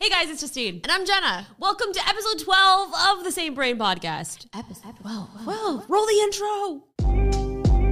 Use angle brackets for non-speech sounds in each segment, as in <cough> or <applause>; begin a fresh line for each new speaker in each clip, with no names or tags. Hey guys, it's Justine. And I'm Jenna. Welcome to episode 12 of the Same Brain Podcast. Episode 12. Whoa, roll the intro.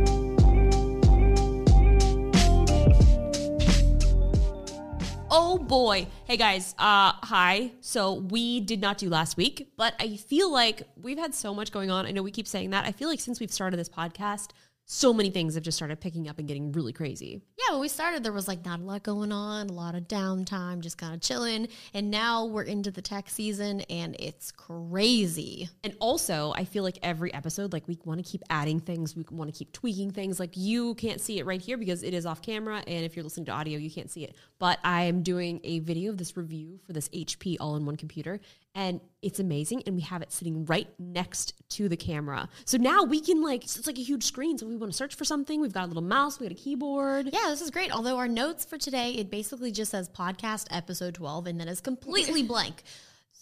Oh boy. Hey guys, uh, hi. So we did not do last week, but I feel like we've had so much going on. I know we keep saying that. I feel like since we've started this podcast, so many things have just started picking up and getting really crazy.
Yeah, when we started, there was like not a lot going on, a lot of downtime, just kind of chilling. And now we're into the tax season and it's crazy.
And also, I feel like every episode, like we want to keep adding things, we want to keep tweaking things. Like you can't see it right here because it is off camera, and if you're listening to audio, you can't see it. But I am doing a video of this review for this HP all-in-one computer, and it's amazing. And we have it sitting right next to the camera, so now we can like it's like a huge screen. So we want to search for something. We've got a little mouse, we got a keyboard.
Yeah, this is great. Although our notes for today, it basically just says podcast episode 12 and then
<laughs>
it's completely blank.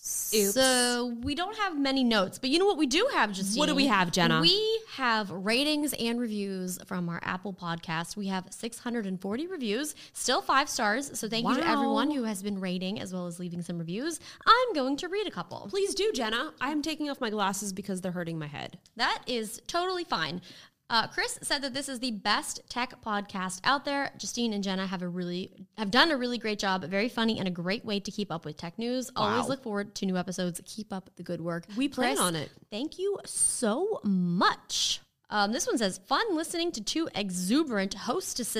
Oops.
So we don't have many notes, but you know what we do have, Justine?
What do we have, Jenna?
We have ratings and reviews from our Apple podcast. We have 640 reviews, still five stars. So thank you to
Wow.
everyone who has been rating as well as leaving some reviews. I'm going to read a couple.
Please do, Jenna. I'm taking off my glasses because they're hurting my head.
That is totally fine. Uh, Chris said that this is the best tech podcast out there. Justine and Jenna have a really have done a really great job, very funny and a great way to keep up with tech news. Always look forward to new episodes. Keep up the good work.
We plan
Chris,
on it.
Thank you so much. Um, this one says, fun listening to two exuberant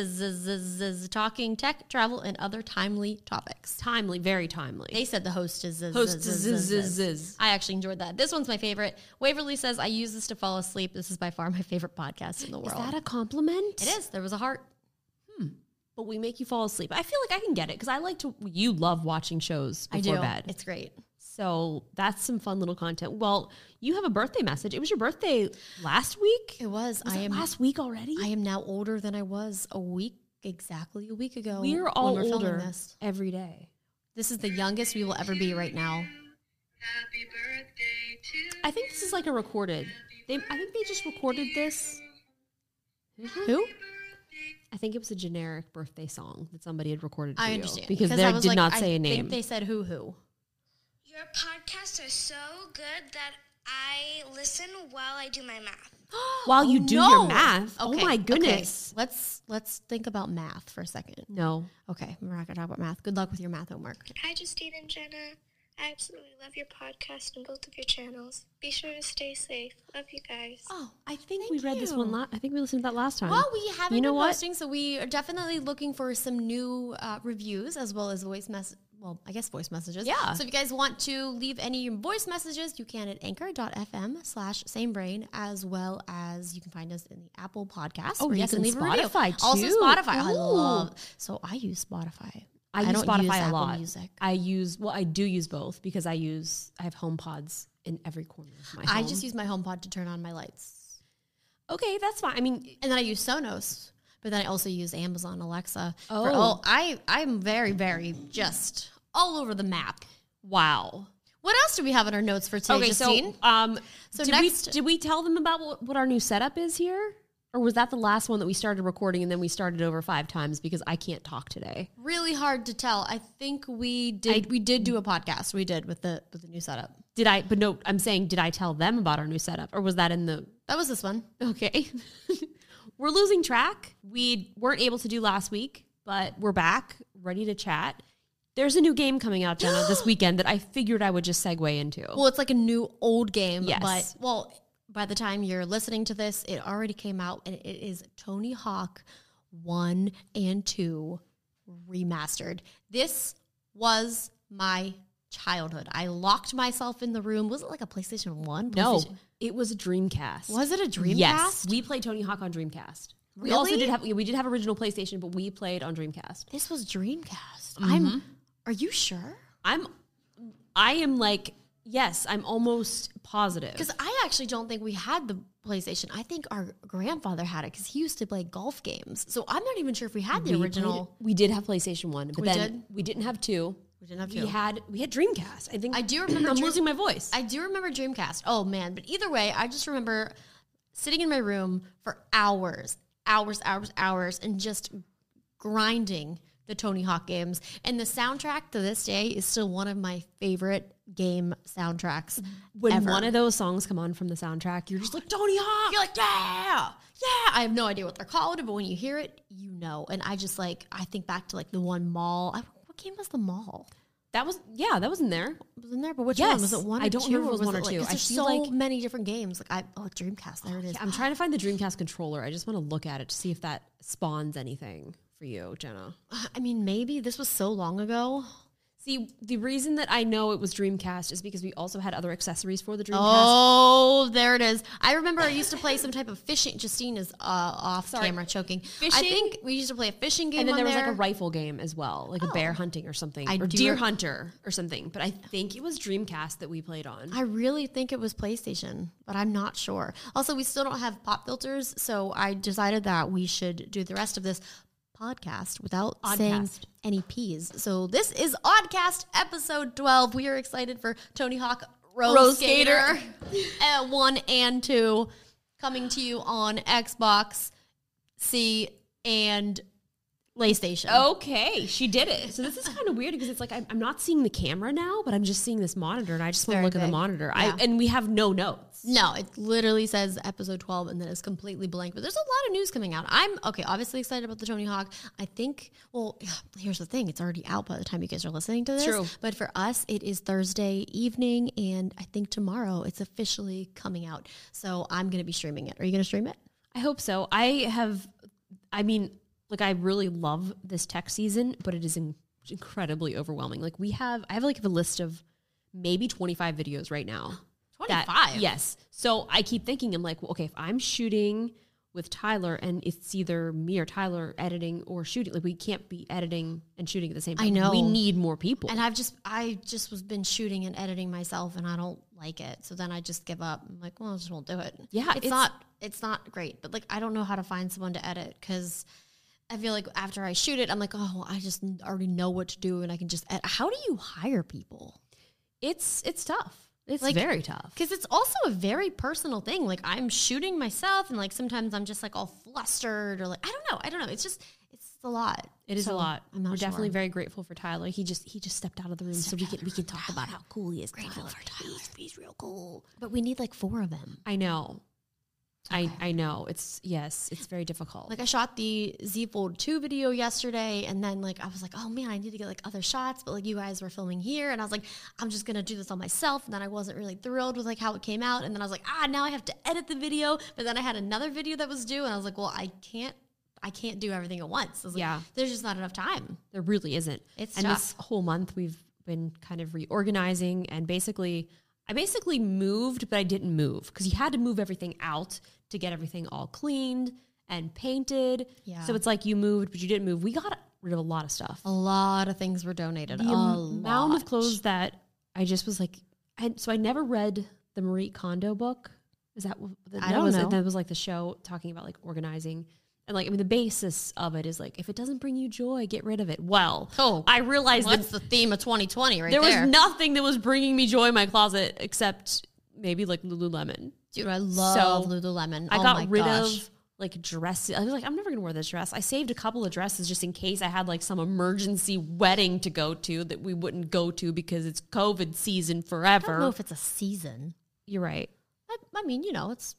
hostesses talking tech, travel, and other timely topics.
Timely, very timely.
They said the hostesses.
Hostesses.
I actually enjoyed that. This one's my favorite. Waverly says, I use this to fall asleep. This is by far my favorite podcast in the world.
Is that a compliment?
it is. There was a heart.
But we make you fall asleep. I feel like I can get it because I like to. You love watching shows before bed.
It's great.
so that's some fun little content. Well, you have a birthday message. It was your birthday last week.
It was.
Was
I
it
am
last week already.
I am now older than I was a week, exactly a week ago.
we are
when
all
we're filming
older
This.
every day.
this is the youngest we will ever be right now.
I think this is like a recorded. They, I think they just recorded this.
Who?
I think it was a generic birthday song that somebody had recorded. For
I
you
understand.
because
I
they
was
did
like,
not
I
say a name.
Think they said who <gasps> who.
Your podcasts are so good that I listen while I do my math.
While you
Oh,
do
no.
your math. Oh
Okay,
my
okay.
goodness.
Let's let's think about math for a second.
No.
Okay, we're not gonna talk about math. Good luck with your math homework.
Hi, Justine and Jenna. I absolutely love your podcast and both of your channels. Be sure to stay safe. Love you guys.
Oh,
I think we read this one.
you.
La- I think we listened to that last time.
Well, we haven't
You know
been
what?
posting, so we are definitely looking for some new uh, reviews as well as voice mess. Well, I guess voice messages.
Yeah.
So if you guys want to leave any voice messages, you can at anchor.fm slash same brain, as well as you can find us in the Apple podcast.
Oh,
where
yes,
you can
and
leave a review.
Spotify,
Also
too.
Spotify. I
Ooh.
love. So I use Spotify.
I, use
don't
Spotify
use
a
Apple
lot.
Music.
I use well, I do use both because I use I have home pods in every corner of my
I
home.
just use my HomePod to turn on my lights.
okay, that's fine. I mean,
And then I use Sonos, but then I also use Amazon Alexa. for
Oh.
all- I I'm very very just all over the map.
wow.
What else do we have in our notes for today,
Okay,
Justine?
so um,
So
did we
next-
did we tell them about what, what our new setup is here, or was that the last one that we started recording and then we started over five times because I can't talk today?
really hard to tell. I think we did. we did do a podcast. We did with the with the new setup.
Did I? But no, I'm saying did I tell them about our new setup, or was that in the
That was this one.
Okay. <laughs> we're losing track. We weren't able to do last week, but we're back, ready to chat. There's a new game coming out, Jenna, <gasps> this weekend that I figured I would just segue into.
Well, it's like a new old game.
Yes.
But well, by the time you're listening to this, it already came out, and it is Tony Hawk One and Two remastered. This was my childhood. I locked myself in the room. Was it like a PlayStation One?
no,
PlayStation-
it was a Dreamcast.
Was it a Dreamcast?
Yes, we played Tony Hawk on Dreamcast. We also
Really?
did have we did have original PlayStation, but we played on Dreamcast.
This was Dreamcast. I'm. Are you sure?
I'm I am like, yes, I'm almost positive.
Because I actually don't think we had the PlayStation. I think our grandfather had it because he used to play golf games. So I'm not even sure if we had the
We
original.
played- we did have PlayStation One, but
We
then
did?
we didn't have two.
We didn't have
We
two.
had we had Dreamcast. I think
I do remember
I'm
Dream-
losing my voice.
I do remember Dreamcast. Oh man, but either way, I just remember sitting in my room for hours, hours, hours, hours, and just grinding the Tony Hawk games. And the soundtrack to this day is still one of my favorite game soundtracks.
when
ever.
one of those songs come on from the soundtrack, you're just like Tony Hawk.
You're like, yeah, yeah. I have no idea what they're called, but when you hear it, you know. And I just like, I think back to like the one mall. I, what game was the mall?
That was yeah, that was in there.
It Was in there, but which
Yes.
one was it? One?
I
or
don't
two,
remember if
or
it was one
it,
or
like-
two.
'cause
I
There's
feel
so
like-
many different games. Like I, oh, Dreamcast. There it is.
Yeah, I'm trying to find the Dreamcast controller. I just want to look at it to see if that spawns anything for you, Jenna.
I mean, maybe this was so long ago.
See, the reason that I know it was Dreamcast is because we also had other accessories for the Dreamcast.
Oh, there it is. I remember I used to play some type of fishing. Justine is uh, off camera choking. I
Fishing?
think we used to play a fishing game.
and then
on Oh.
there was like a rifle game as well, like a bear hunting or something,
I
or
do
deer
re-
hunter or something. But I think it was Dreamcast that we played on.
I really think it was PlayStation, but I'm not sure. Also, we still don't have pop filters, so I decided that we should do the rest of this podcast without saying
Oddcast.
any P's. So this is Oddcast episode 12. We are excited for Tony Hawk Rose,
Rose
Skater, <laughs> uh, 1 and 2 coming to you on Xbox, C, and PlayStation.
Oh, Okay, she did it. So this is kind of weird because it's like I'm, I'm not seeing the camera now, but I'm just seeing this monitor, and I just want to
very
look at the
big.
monitor.
Yeah.
I and we have no notes.
No, it literally says episode 12 and then it's completely blank. But there's a lot of news coming out. I'm okay, obviously excited about the Tony Hawk. I think, well, <sighs> here's the thing it's already out by the time you guys are listening to this.
True.
But for us, it is Thursday evening and I think tomorrow it's officially coming out. So I'm going to be streaming it. Are you going to stream it?
I hope so. I have, I mean, like I really love this tech season, but it is in, incredibly overwhelming. Like we have, I have like a list of maybe 25 videos right now. that-
25?
yes. So I keep thinking, I'm like, well, okay, if I'm shooting with Tyler and it's either me or Tyler editing or shooting, like we can't be editing and shooting at the same time.
I know.
We need more people.
And I've just, I just was been shooting and editing myself and I don't like it. So then I just give up. I'm like, well, I just won't do it.
Yeah,
It's,
it's-
not, it's not great, but like, I don't know how to find someone to edit because I feel like after I shoot it, I'm like, oh, I just already know what to do and I can just, ed-. how do you hire people?
it's, it's tough. It's
Like-
very tough.
Because it's also a very personal thing. Like I'm shooting myself and like sometimes I'm just like all flustered or like, I don't know. I don't know. It's just, it's a lot.
It is
So
a lot.
I'm not
We're definitely
sure.
very grateful for Tyler. He just he just stepped out of the room, so we can we can talk about how cool he is. Grateful for Tyler. He's, he's real cool.
But we need like four of them.
I know. I I know. It's yes. It's very difficult.
Like I shot the Z Fold 2 video yesterday and then like I was like, oh man, I need to get like other shots, but like you guys were filming here and I was like, I'm just gonna do this on myself. And then I wasn't really thrilled with like how it came out. And then I was like, ah, now I have to edit the video. But then I had another video that was due and I was like, well, I can't I can't do everything at once. I was like,
Yeah.
There's just not enough time.
there really isn't.
It's
and this whole month we've been kind of reorganizing and basically I basically moved, but I didn't move because you had to move everything out to get everything all cleaned and painted.
Yeah.
So it's like you moved, but you didn't move. We got rid of a lot of stuff.
A lot of things were donated.
the
a
amount
lot.
of clothes that I just was like, I, so I never read the Marie Kondo book. Is that what that,
I don't
was
know.
that was like the show talking about like organizing and like I mean the basis of it is like if it doesn't bring you joy, get rid of it. Well,
Oh,
I realized that
What's the theme of 2020 right
there was
there?
nothing that was bringing me joy in my closet except maybe like Lululemon.
Dude, I love
So,
Lululemon.
I
Oh my
got rid
gosh.
of like dresses. I was like, I'm never gonna wear this dress. I saved a couple of dresses just in case I had like some emergency wedding to go to that we wouldn't go to because it's COVID season
I don't know
forever.
if it's a season.
You're right.
I, I mean, you know, it's.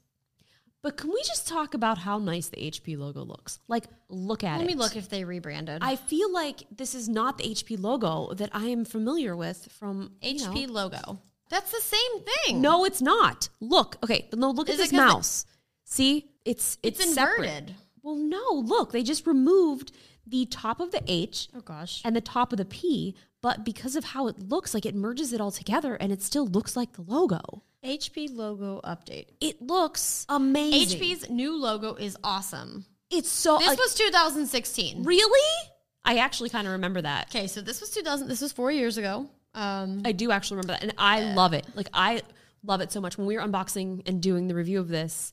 But can we just talk about how nice the HP logo looks? Like, look at
Let
it.
me look if they rebranded.
I feel like this is not the HP logo that I am familiar with from you know-
HP logo. That's the same thing.
No, it's not. Look, okay, no, look
Is it
at this
'cause it-
mouse. See, it's it's,
it's,
separate.
inverted.
Well, no, look, they just removed the top of the H
Oh gosh.
and the top of the P, but because of how it looks, like it merges it all together, and it still looks like the logo.
HP logo update.
It looks amazing.
HP's new logo is awesome.
it's so
This
like,
was 2016.
really. I actually kind of remember that.
okay, so this was 2000. This was four years ago. Um,
I do actually remember that, and I love it. Like I love it so much. When we were unboxing and doing the review of this,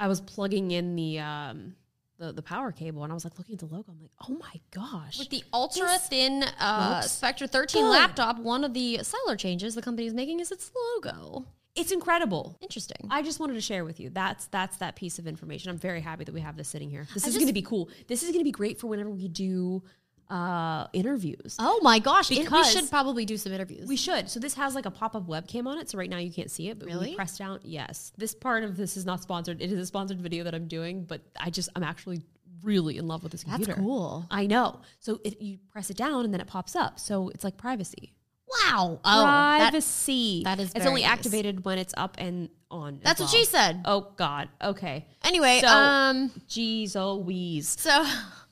I was plugging in the um, the the power cable, and I was like looking at the logo. I'm like, oh my gosh,
with the ultra thin uh,
looks
Spectre 13
good.
laptop, one of the seller changes the company is making is its logo.
it's incredible.
Interesting.
I just wanted to share with you. That's that's that piece of information. I'm very happy that we have this sitting here. This
I
is
just-
going to be cool. This is going to be great for whenever we do uh, interviews.
Oh my gosh! it- we
Because-
should probably do some interviews.
We should. So this has like a pop-up webcam on it. So right now you can't see it, but when
Really?
you press down, yes. This part of this is not sponsored. It is a sponsored video that I'm doing, but I just I'm actually really in love with this
That's
computer.
cool.
I know. So it, you press it down and then it pops up. So it's like privacy.
Wow. Oh, that-
privacy.
that is
It's
very
only
nice.
activated when it's up and on. as
that's what
well.
she said.
Oh God. Okay.
Anyway,
So-
um,
Jeez, oh wheeze.
so <laughs>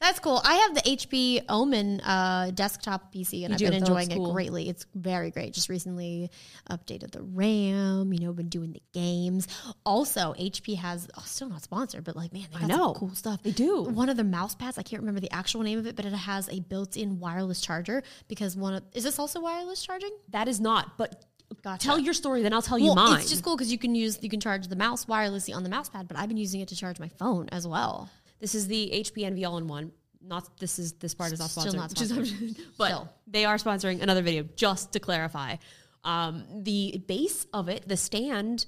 that's cool. I have the HP Omen uh, desktop PC,
You
and I've
do?
been
That looks
enjoying it
cool.
greatly. It's very great. Just recently updated the RAM. You know, been doing the games. Also, HP has oh, still not sponsored, but like man, they
I
got
know.
some cool stuff.
They do.
One of their mouse pads, I can't remember the actual name of it, but it has a built-in wireless charger because one of is this also wireless charging?
That is not. But
Gotcha.
tell your story, then I'll tell you
Well,
mine.
it's just cool because you can use you can charge the mouse wirelessly on the mouse pad, but I've been using it to charge my phone as well.
This is the HP NV all in one. Not this is this part is not
Still
sponsored,
not
which is-
sponsored. <laughs>
but
Still.
they are sponsoring another video. Just to clarify, um, the base of it, the stand,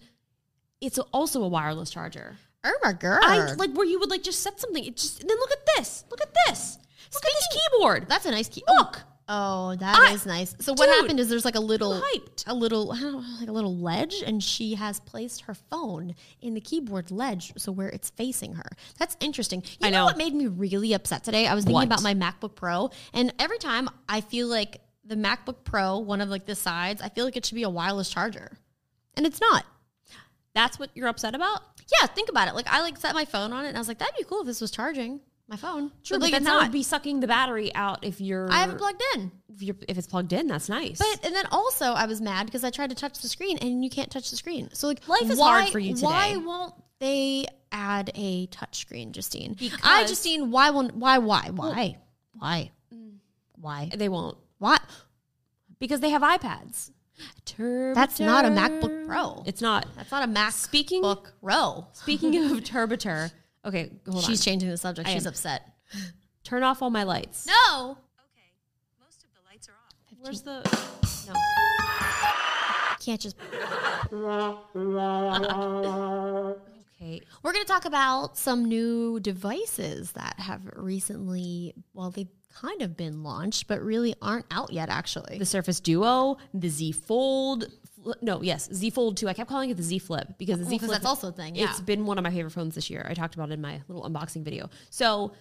it's also a wireless charger.
Irma girl.
I like where you would like just set something. It just and then look at this. Look at this. Look at this keyboard.
that's a nice key.
Look.
Oh, that is
I-
nice. So what
Dude,
happened is there's like a little
I'm hyped.
a little I don't know, like a little ledge and she has placed her phone in the keyboard ledge so where it's facing her. That's interesting. You
I
know.
know.
what made me really upset today? I was thinking
What?
about my MacBook Pro and every time I feel like the MacBook Pro, one of like the sides, I feel like it should be a wireless charger. And it's not.
That's what you're upset about.
Yeah, think about it. Like I like set my phone on it and I was like, that'd be cool if this was charging my phone.
True,
But,
but,
like,
that's
it's
that
not.
would be sucking the battery out if you're.
I have it plugged in.
if, you're, if it's plugged in, that's nice.
But and then also I was mad because I tried to touch the screen and you can't touch the screen. So like
Life is
why,
hard for you
Why
today.
won't they add a touch screen, Justine? I
Because-
Justine, why won't why why why why
Mm.
why
they won't
why?
because they have iPads.
That's not a MacBook Pro.
It's not.
That's not a Mac
Speaking-
book row.
Speaking of Turboter, okay, <laughs> hold
She's
on.
changing the subject.
I
She's
am.
upset.
Turn off all my lights.
No.
Where's the? No.
I can't just
Okay.
We're going to talk about some new devices that have recently, well, they've kind of been launched, but really aren't out yet, actually.
The Surface Duo, the Z Fold. fl- No, yes, Z Fold two. I kept calling it the Z Flip because the Z
Well, Oh, 'cause
Flip.
that's also a thing, yeah.
It's been one of my favorite phones this year. I talked about it in my little unboxing video. So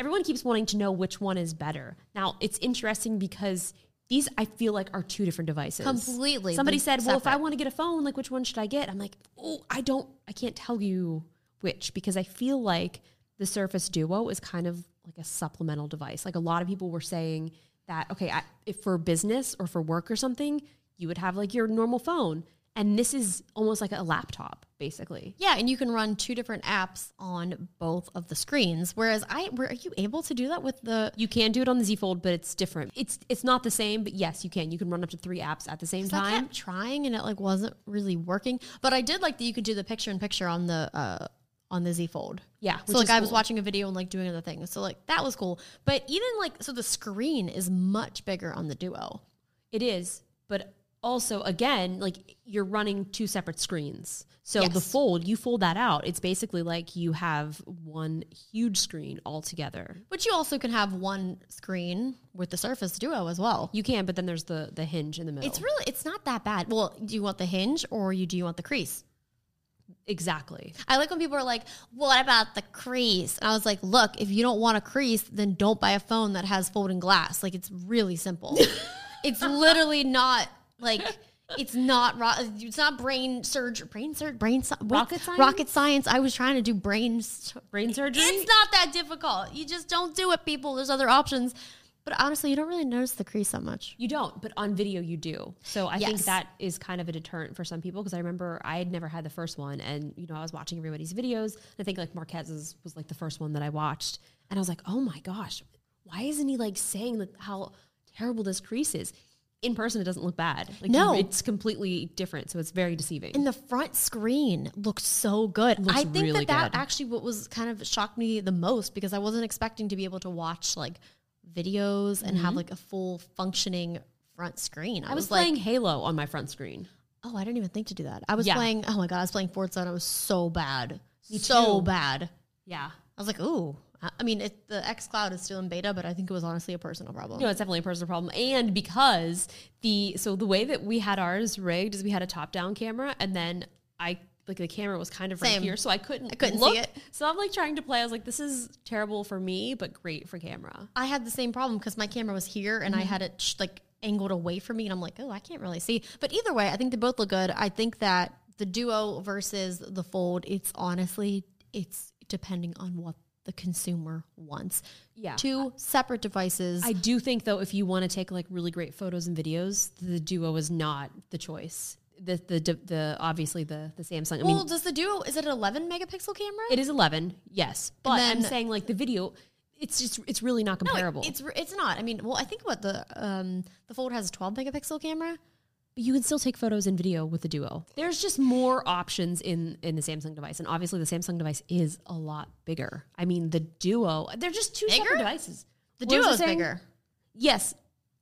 everyone keeps wanting to know which one is better. Now it's interesting because these I feel like are two different devices.
Completely.
Somebody
They're
said, "Well, if I
separate.
want to get a phone, like which one should I get?" I'm like, "Oh, I don't. I can't tell you which because I feel like the Surface Duo is kind of like a supplemental device. Like a lot of people were saying that, okay, I, if for business or for work or something, you would have like your normal phone, and this is almost like a laptop, basically.
yeah, and you can run two different apps on both of the screens. Whereas I, were, are you able to do that with the?
You can do it on the Z Fold, but it's different. It's it's not the same, but yes, you can. You can run up to three apps at the same
'cause I
time.
kept trying and it like wasn't really working. But I did like that you could do the picture in picture on the uh, on the Z Fold.
Yeah,
So
which
like
is
I was
cool.
watching a video and like doing other things. So like that was cool. But even like so the screen is much bigger on the Duo.
It is, but also again, like you're running two separate screens. So the
Yes.
fold, you fold that out. It's basically like you have one huge screen all together.
But you also can have one screen with the Surface Duo as well.
You can, but then there's the the hinge in the middle.
It's really it's not that bad. Well, do you want the hinge or you do you want the crease?
exactly.
I like when people are like, "What about the crease?" And I was like, "Look, if you don't want a crease, then don't buy a phone that has folding glass. Like it's really <laughs> simple. it's literally not like it's not ro- it's not brain surgery, brain surgery, brain sci- what?
Rocket science?
Rocket science. I was trying to do brain. sur-
Brain surgery.
It's not that difficult. You just don't do it, people. There's other options. But honestly, you don't really notice the crease that much.
you don't, but on video you do. So I think
Yes.
that is kind of a deterrent for some people because I remember I had never had the first one, and you know I was watching everybody's videos. And I think like Marquez's was like the first one that I watched, and I was like, oh my gosh, why isn't he like saying that how terrible this crease is? in person, it doesn't look bad. Like
No.
it's completely different, so it's very deceiving.
And the front screen looked so good.
Looks
I think
really
that that
good.
actually what was kind of shocked me the most because I wasn't expecting to be able to watch like videos and have like a full functioning front screen. I,
Mm-hmm. I was
like,
playing Halo on my front screen.
oh, I didn't even think to do that. I was
Yeah.
playing, oh my god, I was playing Forza and I was so bad, so
too.
bad.
Yeah,
I was like, ooh. I- I mean, it, the X Cloud is still in beta, but I think it was honestly a personal problem.
No, it's definitely a personal problem. And because the so the way that we had ours rigged is we had a top down camera and then I like the camera was kind of right
Same.
here, so I couldn't
I couldn't see
look.
it.
So I'm like trying to play. I was like, this is terrible for me, but great for camera.
I had the same problem because my camera was here and I
Mm-hmm.
had it sh- like angled away from me, and I'm like, oh, I can't really see. But either way, I think they both look good. I think that the duo versus the fold, it's honestly, it's depending on what the consumer wants.
Yeah.
Two separate devices.
I do think though, if you want to take like really great photos and videos, the duo is not the choice. The the the, the obviously the the Samsung. I
well,
mean,
does the duo is it an 11 megapixel camera?
it is 11, yes, but I'm
then-
saying like the video, it's just it's really not
No, it-
comparable.
It's it's not. I mean, well, I think what the um the fold has a 12 megapixel camera.
But you can still take photos and video with the Duo. There's just more options in in the Samsung device, and obviously the Samsung device is a lot bigger. I mean, the Duo, they're just two
Bigger?
separate devices.
The
What was I
duo is
saying?
bigger.
Yes,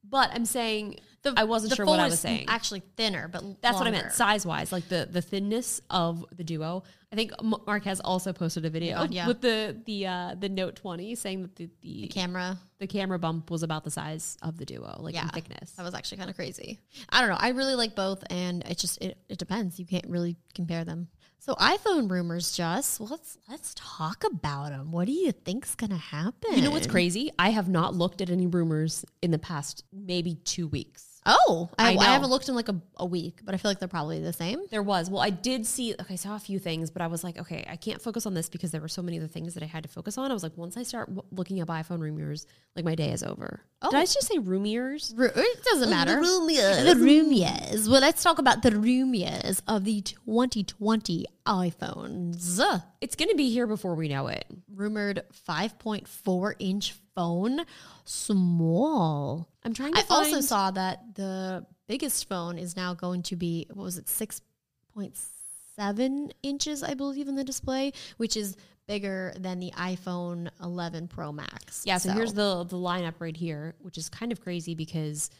but I'm saying
The,
I wasn't
the
sure what I
Fold
was
is
saying.
Actually, thinner, but
That's what I meant,
longer.
size wise, like the the thinness of the Duo. I think M- Mark has also posted a video
God, Oh, yeah.
with the the uh, the Note 20 saying that the the,
The camera.
the camera bump was about the size of the Duo, like in thickness.
That was actually kind of crazy. I don't know. I really like both, and it just it, it depends. You can't really compare them. So iPhone rumors, just let's let's talk about them. What do you think's gonna happen?
You know what's crazy? I have not looked at any rumors in the past maybe two weeks.
Oh, I,
I
I,
know.
haven't looked in like a, a week, but I feel like they're probably the same.
There was. Well, I did see, okay, I saw a few things, but I was like, okay, I can't focus on this because there were so many other things that I had to focus on. I was like, once I start w- looking up iPhone rumors, like my day is over. Did I just say rumors?
Ru- It
Oh,
doesn't matter. The rumors. Well, let's talk about the rumors of the 2020 iPhones.
It's going to be here before we know it.
Rumored 5.4 inch phone, small.
I'm trying to
I also
find-
saw that the biggest phone is now going to be what was it six point seven inches, I believe, in the display, which is bigger than the iPhone 11 Pro Max.
Yeah, so, here's the the lineup right here, which is kind of crazy because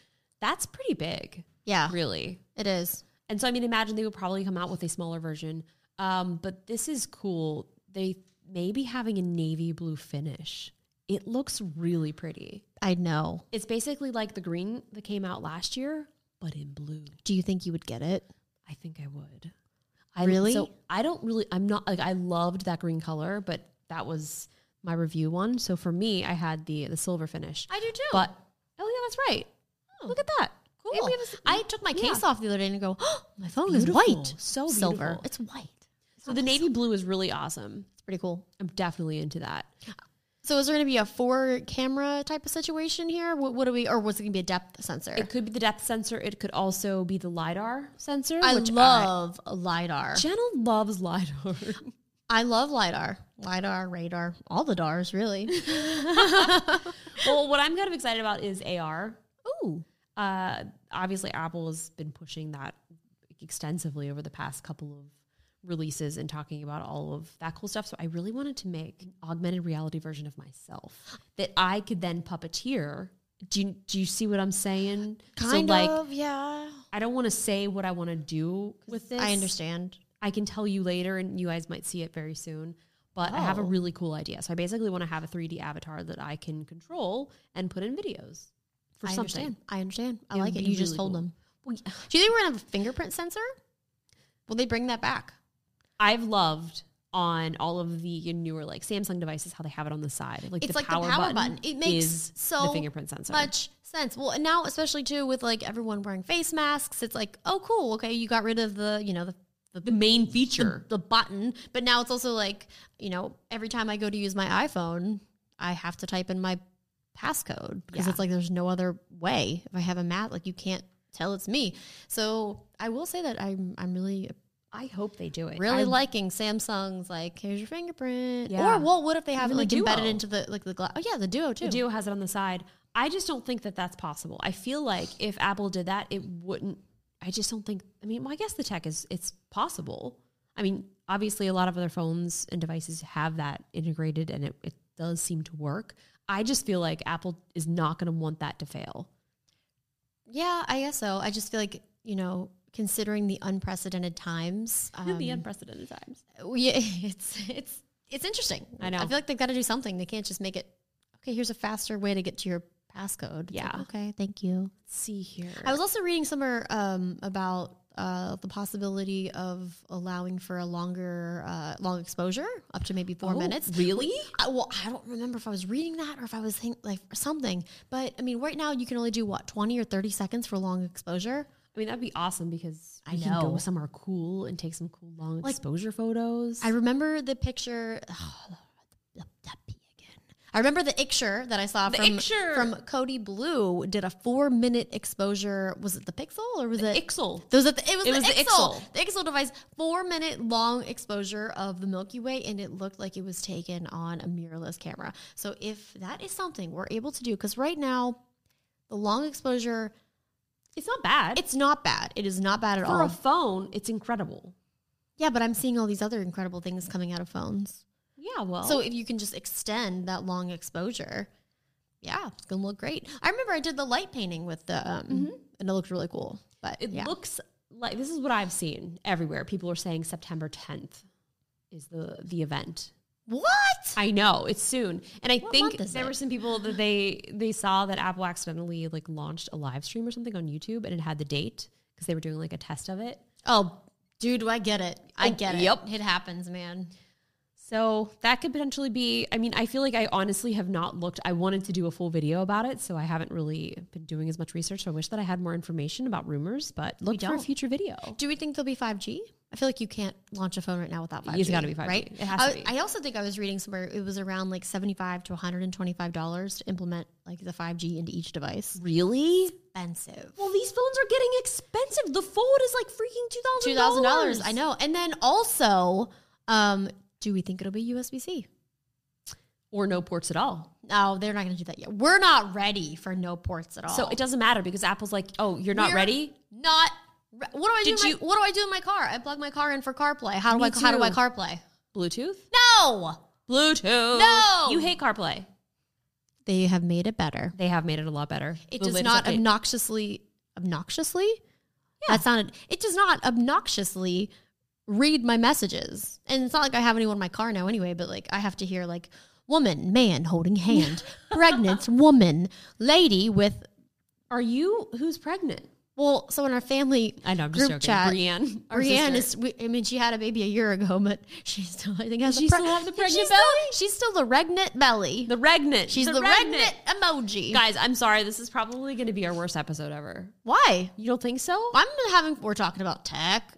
that's pretty big,
yeah,
really.
it is.
And so, I mean, imagine they would probably come out with a smaller version. Um, but this is cool. They may be having a navy blue finish. It looks really pretty.
I know.
It's basically like the green that came out last year, but in blue.
Do you think you would get it?
I think I would. I,
Really?
So I don't really. I'm not like I loved that green color, but that was my review one. So for me, I had the the silver finish.
I do too.
But oh yeah, that's right. Look at that.
Cool.
Maybe it was-
I took my
Yeah.
case off the other day and go, oh, my phone is
Beautiful.
white.
So
silver.
beautiful.
It's white.
So the navy blue is really awesome.
It's pretty cool.
I'm definitely into that.
So is there going to be a four camera type of situation here? What, what do we, or was it going to be a depth sensor?
It could be the depth sensor. It could also be the lidar sensor.
I
which
love lidar.
Jenna loves
<laughs>
lidar.
I love lidar, lidar, radar, all the dars, really.
well, what I'm kind of excited about is AR.
<laughs> Ooh,
Uh, obviously, Apple has been pushing that extensively over the past couple of releases and talking about all of that cool stuff. So I really wanted to make an augmented reality version of myself that I could then puppeteer. Do you, do you see what I'm saying?
kind
so like,
of, yeah.
I don't want to say what I want to do with this.
I understand.
I can tell you later, and you guys might see it very soon. But I have a
Oh.
really cool idea. So I basically want to have a 3D avatar that I can control and put in videos for
I
something.
understand. I understand. I
It
like
would
it.
be
You just
really
hold
cool.
them.
Well, yeah.
Do you think we're gonna have a fingerprint sensor? Will they bring that back?
I've loved on all of the newer like Samsung devices how they have it on the side. Like
it's
the
like
power
the power
button.
button. It makes
is
so
the fingerprint sensor.
much sense. Well, and now especially too with like everyone wearing face masks, it's like, oh, cool. Okay, you got rid of the you know the
the main feature.
the button, but now it's also like, you know, every time I go to use my iPhone, I have to type in my passcode because
Yeah.
it's like there's no other way. If I have a mat, like you can't tell it's me. So I will say that I'm I'm really
I hope they do it.
Really
I-
liking Samsung's like here's your fingerprint.
Yeah.
Or what what if they have
Even
it
the
like embedded
Duo.
into the like the glass? Oh yeah, the duo too.
The Duo has it on the side. I just don't think that that's possible. I feel like if Apple did that, it wouldn't. I just don't think. I mean, well, I guess the tech is it's possible. I mean, obviously, a lot of other phones and devices have that integrated, and it, it does seem to work. I just feel like Apple is not going to want that to fail.
Yeah, I guess so. I just feel like you know considering the unprecedented times.
<laughs>
Um,
the unprecedented times.
<laughs> we- it's it's it's interesting.
I know.
I feel like they've got to do something. They can't just make it. Okay, here's a faster way to get to your passcode. It's like,
Yeah.
okay, thank you.
Let's see here.
I was also reading somewhere um, about uh, the possibility of allowing for a longer, uh, long exposure, up to maybe four
Oh,
minutes.
Really?
I, well, I don't remember if I was reading that or if I was think, like or something. But I mean, right now you can only do what twenty or thirty seconds for long exposure.
I mean, that'd be awesome because
I
I can go
know.
somewhere cool and take some cool long
Like-
exposure photos.
I remember the picture. Oh, that pee again. I remember the picture that I saw
The
from
picture!
from Cody Blue did a four minute exposure. Was it the Pixel or was it
Ixel.
Those are the, it was,
It
the,
was the
Ixel.
Ixel.
The Ixel device, four minute long exposure of the Milky Way, and it looked like it was taken on a mirrorless camera. So if that is something we're able to do, because right now the long exposure,
It's not bad.
it's not bad. It is not bad at
for
all.
a phone. It's incredible.
yeah, but I'm seeing all these other incredible things coming out of phones.
Yeah. Well.
So if you can just extend that long exposure, yeah, it's gonna look great. I remember I did the light painting with the, um, and it looked really cool. But
Mm-hmm. It
yeah.
looks like this is what I've seen everywhere. People are saying September 10th is the the event.
what?
I know it's soon, and I
What
think
month is
there
it?
were some people that they they saw that Apple accidentally like launched a live stream or something on YouTube, and it had the date because they were doing like a test of it.
Oh, dude, do I get it. I
Oh,
get it.
yep.
It happens, man.
So that could potentially be. I mean, I feel like I honestly have not looked. I wanted to do a full video about it, so I haven't really been doing as much research. So I wish that I had more information about rumors, but look for a
don't.
future video.
Do we think there'll be 5G? I feel like you can't launch a phone right now without 5G.
It's gotta be 5G.
Right?
It has
I,
to be.
I also think I was reading somewhere it was around like 75 to $125 to implement like the 5G into each device.
Really?
Expensive.
Well, these phones are getting expensive. The fold is like freaking two thousand
$2,000. I know. And then also, um, do we think it'll be USB C?
or no ports at all.
No, they're not going to do that yet. We're not ready for no ports at all.
So it doesn't matter because Apple's like, oh, you're not
We're
ready.
Not. Re- what do I
Did
do? in
you-
my, what do I do in my car? I plug my car in for CarPlay. How do
Me
I? How do I
too.
CarPlay?
Bluetooth,
No.
Bluetooth.
No!
you hate CarPlay.
They have made it better.
They have made it a lot better.
It
The
does
latest
not
update.
obnoxiously obnoxiously. Yeah. That sounded. It does not obnoxiously read my messages, and it's not like I have anyone in my car now anyway. But like I have to hear like woman, man
<laughs>
holding hand, pregnant woman, lady with.
Are you who's pregnant?
Well, so in our family,
I know. I'm just
group
joking.
chat.
Brienne. our
Brienne
sister.
is. We, I mean, she had a baby a year ago, but <laughs> she still. I think has
Does she
a pre-
still have the
She's
pregnant
still-
belly?
She's still the regnant belly.
the regnant.
she's the, regnant emoji.
Guys, I'm sorry. This is probably going to be our worst episode ever.
Why?
You don't think so?
I'm having. We're talking about tech.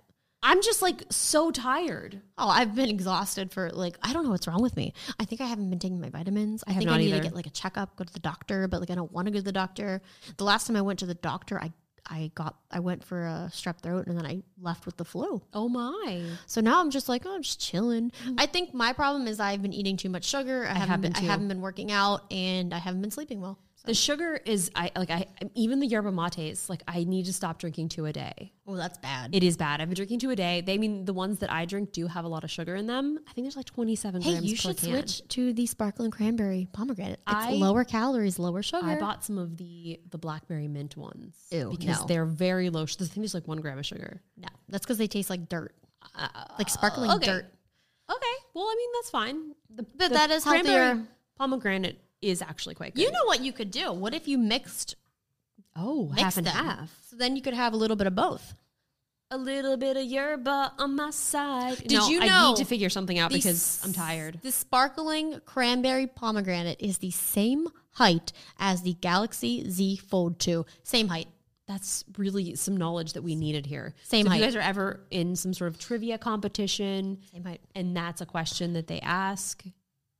I'm just like so tired.
Oh, I've been exhausted for like I don't know what's wrong with me. I think I haven't been taking my vitamins. I,
have
think I
not
need to
either.
get like a checkup, go to the doctor, but like I don't want to go to the doctor. The last time I went to the doctor, I I got I went for a strep throat and then I left with the flu.
Oh my.
So now I'm just like, oh, I'm just chilling. I think my problem is I've been eating too much sugar. I, haven't
have
been,
been
I
too.
haven't been working out and I haven't been sleeping well.
The sugar is I like I even the yerba mates like I need to stop drinking two a day.
Oh, that's bad.
It is bad. I've been drinking two a day. They I mean the ones that I drink do have a lot of sugar in them. I think there's like 27
hey,
grams. per
you should
can.
switch to the sparkling cranberry pomegranate. It's
I-
lower calories, lower sugar.
I bought some of the the blackberry mint ones
Ew,
because
no.
they're very low. su- The thing is like one gram of sugar.
no, that's because they taste like dirt, like sparkling
okay.
dirt.
Okay, well I mean that's fine. The,
But that is
cranberry
healthier.
Pomegranate is actually quite good.
You know what you could do? What if you mixed
oh
mixed
half and
them?
half.
So then you could have a little bit of both.
A little bit of yerba on my side.
Did
no,
you
I
know
need to figure something out
the
because
s-
I'm tired.
The sparkling cranberry pomegranate is the same height as the Galaxy Z Fold 2. Same height.
That's really some knowledge that we needed here.
Same
So if
height.
you guys are ever in some sort of trivia competition,
Same height.
and that's a question that they ask,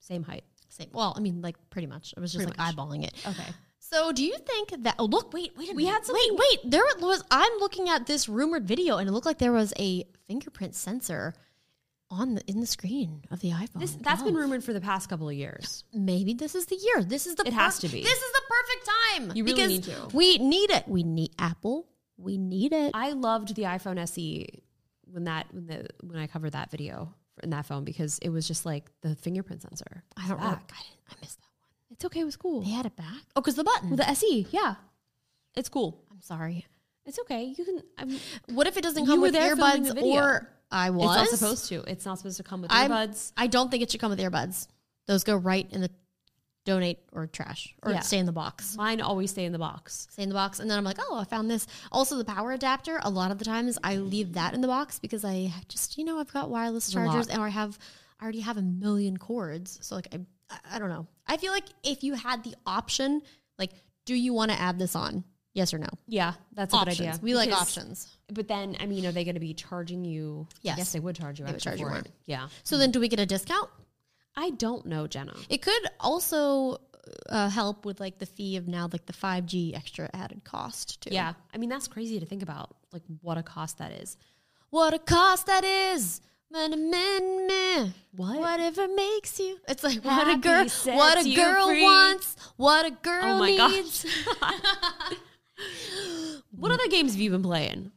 same height.
Same. Well, I mean, like pretty much. It was just
Pretty much.
like eyeballing it.
Okay.
So So do you think that? Oh, look, wait, wait a minute.
We had something-
Wait, wait. There was. I'm looking at this rumored video, and it looked like there was a fingerprint sensor on the in the screen of the iPhone.
This, that's been
Wow.
rumored for the past couple of years.
Maybe this is the year. This is the.
It has to be.
This is the perfect time.
You really
because
need to.
We need it. We need Apple. We need it.
I loved the iPhone SE when that when the when I covered that video in that phone because it was just like the fingerprint sensor.
I don't know. I, didn't, I missed that
It's okay. It was cool.
one. They had it back. Oh, because the button.
Well, the SE, yeah, it's cool.
I'm sorry.
It's okay. You can. I'm,
What if it doesn't
You
come
were
with
there filming the
earbuds?
video.
Or I
it's
was
not supposed to. It's not supposed to come with
I'm-
earbuds.
I don't think it should come with earbuds. Those go right in the donate or trash or
Yeah.
stay in the box.
Mine always stay in the box.
Stay in the box. And then I'm like, oh, I found this. Also, the power adapter, a lot of the times I leave that in the box because I just, you know, I've got wireless
a lot.
chargers and I have, I already have a million cords. So, like, I, I- I don't know. I feel like if you had the option, like, do you want to add this on? Yes or no?
Yeah, that's a
Options.
good idea.
We like
Because-
options.
But then, I mean, are they going to be charging you?
Yes.
yes, they would charge you.
They would
actually
charge you
for
more.
it. Yeah,
So then do we get a discount?
I don't know, Jenna.
It could also uh, help with like the fee of now like the 5G extra added cost too.
Yeah, I mean that's crazy to think about, like what a cost that is.
What a cost that is. Meh, meh, meh.
What?
Whatever makes you. It's like what a
Happy
girl
sets
what a
you
girl
free.
wants, what a girl
Oh my
needs.
gosh. what other games have you been playing?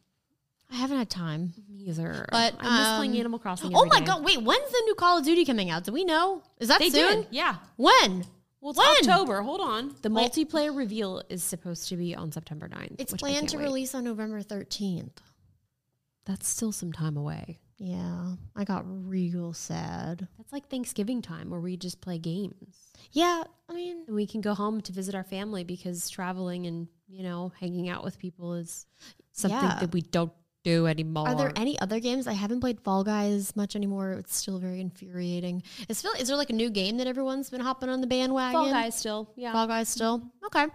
I haven't had <gasps> time.
Neither.
But,
I'm just playing
um,
Animal Crossing.
oh
every
my
day.
god, wait, when's the new Call of Duty coming out? Do we know? Is that
They
soon?
did. Yeah.
When?
Well, it's
When?
October. Hold on. The
Wait.
multiplayer reveal is supposed to be on September 9th.
It's
which I
planned
can't
to
wait.
release on November 13th.
That's still some time away.
Yeah, I got real sad.
That's like Thanksgiving time where we just play games.
Yeah, I mean,
And we can go home to visit our family because traveling and, you know, hanging out with people is something
Yeah.
that we don't do anymore.
Are there any other games? I haven't played Fall Guys much anymore. It's still very infuriating. Is, feel, is there like a new game that everyone's been hopping on the bandwagon?
Fall Guys still? Yeah. Mm-hmm.
Fall Guys still? Okay. All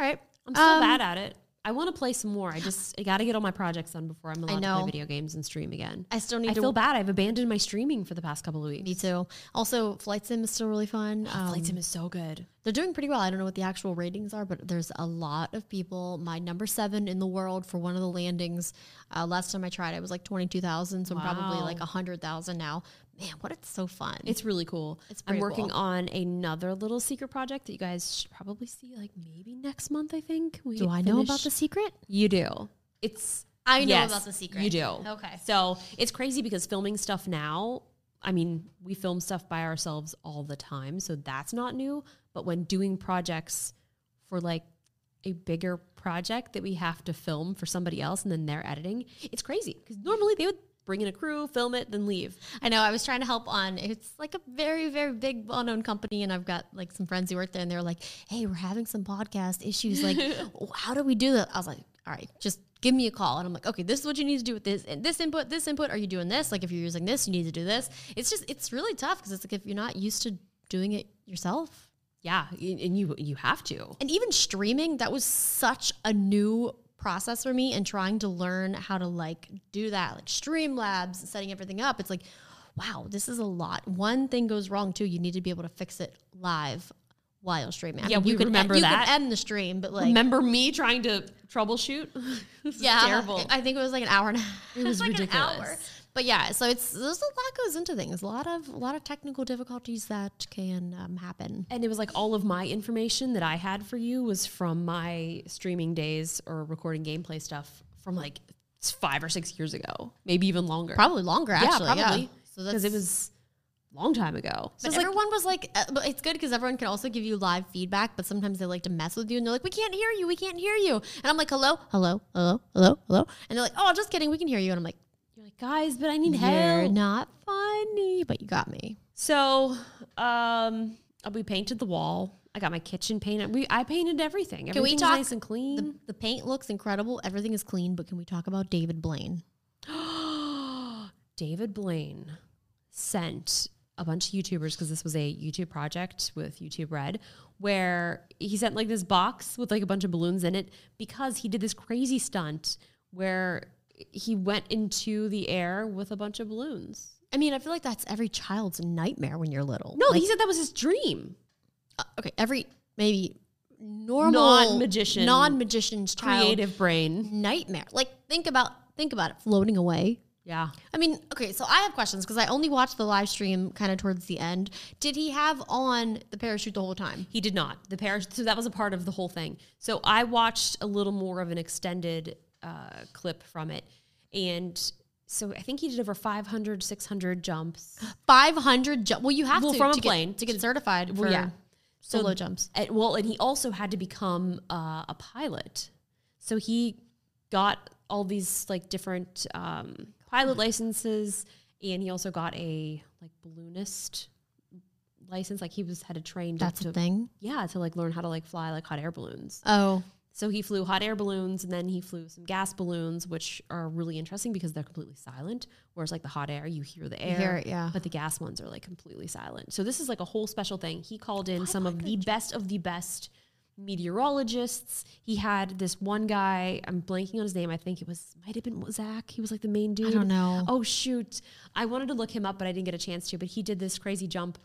right.
I'm still
Um,
bad at it. I want to play some more. I just I got to get all my projects done before I'm allowed to
know.
play video games and stream again.
I still need
I
to
feel bad. I've abandoned my streaming for the past couple of weeks.
Me too. Also, Flight Sim is still really fun. Um,
Oh, Flight Sim is so good.
They're doing pretty well. I don't know what the actual ratings are, but there's a lot of people. My number seven in the world for one of the landings. Uh, last time I tried, I was like 22,000. So I'm probably
Wow.
like 100,000 now. Man, what it's so fun.
It's really cool.
It's
I'm
pretty
working
cool.
on another little secret project that you guys should probably see like maybe next month. I think. We
Do I know about
finish-
the secret?
You do. It's
I know
Yes,
about the secret.
You do.
Okay.
So it's crazy because filming stuff now, I mean, we film stuff by ourselves all the time, so that's not new. But when doing projects for like a bigger project that we have to film for somebody else and then they're editing, it's crazy because normally they would bring in a crew, film it, then leave.
I know. I was trying to help on. It's like a very, very big, well-known company, and I've got like some friends who work there, and they're like, "Hey, we're having some podcast
<laughs>
issues. Like, w- how do we do that?" I was like, "All right, just give me a call." And I'm like, "Okay, this is what you need to do with this and this input. This input. Are you doing this? Like, if you're using this, you need to do this." It's just, it's really tough because it's like if you're not used to doing it yourself,
Yeah, y- and you you have to.
and even streaming that was such a new process for me and trying to learn how to like do that like streamlabs and setting everything up it's like wow this is a lot one thing goes wrong too you need to be able to fix it live while streaming I
Yeah, we
you could
remember
you
that.
could end the stream but like
Remember me trying to troubleshoot? <laughs> This is
yeah
terrible.
i think it was like an hour and a <laughs> half it
was
like
ridiculous.
an hour but yeah so it's there's a lot goes into things a lot of a lot of technical difficulties that can um, happen
and it was like all of my information that I had for you was from my streaming days or recording gameplay stuff from like s- five or six years ago, maybe even longer.
probably longer actually
yeah, probably.
so
because it was a long time ago. So
But
it's like,
everyone was like, uh, but it's good because everyone can also give you live feedback, but sometimes they like to mess with you and they're like, we can't hear you, we can't hear you. And I'm like, hello, hello, hello, hello, hello. And they're like, oh, just kidding, we can hear you. And I'm like,
you're like, guys, but I need
you're
help.
not funny, but you got me.
so um, uh, we painted the wall. I got my kitchen painted. We I painted everything.
Can we
Everything's
talk
nice and clean.
The, the paint looks incredible, everything is clean, but can we talk about David Blaine?
<gasps> David Blaine sent a bunch of YouTubers because this was a YouTube project with YouTube Red, where he sent like this box with like a bunch of balloons in it because he did this crazy stunt where he went into the air with a bunch of balloons.
I mean, I feel like that's every child's nightmare when you're little.
No,
Like,
he said that was his dream.
uh, okay, every maybe normal
Non-magician.
non-magician's child
Creative brain.
Mm-hmm. nightmare. Like think about think about it floating away.
Yeah.
I mean, okay, so I have questions because I only watched the live stream kind of towards the end. Did he have on the parachute the whole time?
He did not. The parish. So that was a part of the whole thing. So I watched a little more of an extended uh, clip from it. And so I think he did over 500, 600
<gasps>
jumps.
500 jump. Well, you have
Well,
to
from a
to get-
plane.
to get certified for
yeah.
solo jumps.
And, well, and he also had to become uh, a pilot. So he got all these like different um, pilot licenses, and he also got a like balloonist license. Like he was had to train. to-
That's
to,
a thing.
Yeah, to like learn how to like fly like hot air balloons.
Oh,
So he flew hot air balloons and then he flew some gas balloons, which are really interesting because they're completely silent. Whereas like the hot air, you hear the air,
hear it, yeah.
but the gas ones are like completely silent. So this is like a whole special thing. He called in some of the best of the best meteorologists. He had this one guy, I'm blanking on his name. I think it was, might have been Zach. He was like the main dude.
don't know.
Oh shoot. I wanted to look him up, but I didn't get a chance to, but he did this crazy jump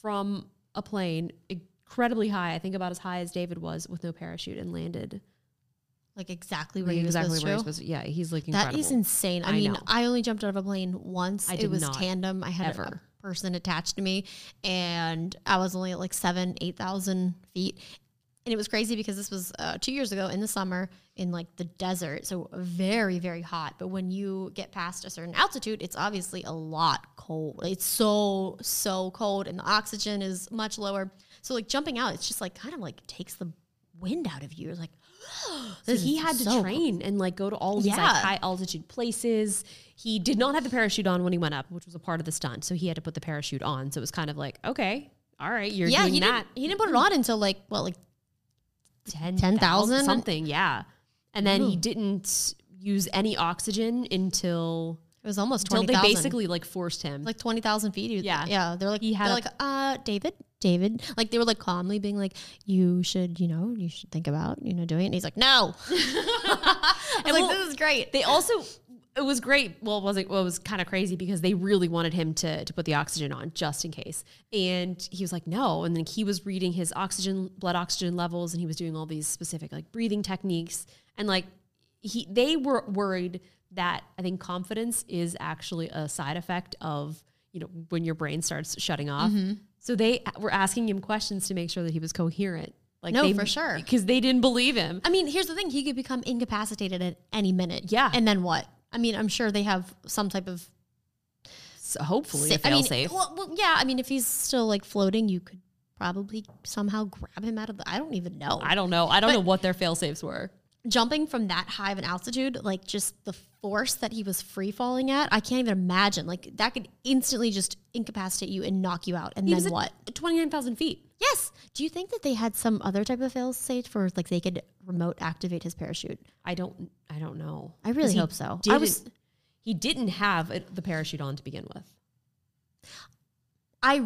from a plane incredibly high, I think about as high as David was with no parachute and landed
like exactly where he was
exactly
supposed
where
to.
he's supposed to. Yeah, he's like incredible.
That is insane. I,
I
mean,
know.
I only jumped out of a plane once.
I
it
did
was
not.
tandem. I had a- a
Ever.
person attached to me, and I was only at like seven, eight thousand feet. And it was crazy because this was uh, two years ago in the summer in like the desert, so very, very hot. But when you get past a certain altitude, it's obviously a lot cold. It's so, so cold, and the oxygen is much lower. So like jumping out, it's just like kind of like takes the wind out of you. You're like, <gasps>
So
this
he
is
had to
so
train and like go to all these
Yeah.
like high altitude places. He did not have the parachute on when he went up, which was a part of the stunt. So he had to put the parachute on. So it was kind of like, okay, all right, you're
yeah,
doing
he
that.
didn't. He didn't put it on until like what, like
10,000?
10,000?
something, yeah. And then he didn't use any oxygen until
It was almost
until
twenty
they
thousand.
basically like forced him.
like twenty thousand feet. he-
Yeah.
yeah. They're like
He had
they're
a-
like uh David, David. Like they were like calmly being like, you should, you know, you should think about, you know, doing it. And he's
<laughs>
like, no. I was like,
well,
this is great.
They also it was great. Well, it was like well, it was kind of crazy because they really wanted him to to put the oxygen on just in case. And he was like, "No." And then he was reading his oxygen blood oxygen levels and he was doing all these specific like breathing techniques and like he they were worried that I think confidence is actually a side effect of, you know, when your brain starts shutting off.
Mm-hmm.
So they were asking him questions to make sure that he was coherent. Like
No,
they,
for sure.
Because they didn't believe him.
I mean, here's the thing: he could become incapacitated at any minute.
Yeah.
and then what? I mean, I'm sure they have some type of.
So hopefully
sa-
a
I mean,
fail-safe.
Well, well, yeah. I mean, if he's still like floating, you could probably somehow grab him out of the. I don't even know.
I don't know. I don't know what their fail safes were.
jumping from that high of an altitude, like just the force that he was free falling at, I can't even imagine. Like that could instantly just incapacitate you and knock you out. And then what?
Twenty nine thousand feet.
yes. Do you think that they had some other type of fail stage for like they could remote activate his parachute?
I don't. I don't know.
I really
'Cause he
hope so. I
didn't-
was-
He didn't have it, the parachute on to begin with.
I,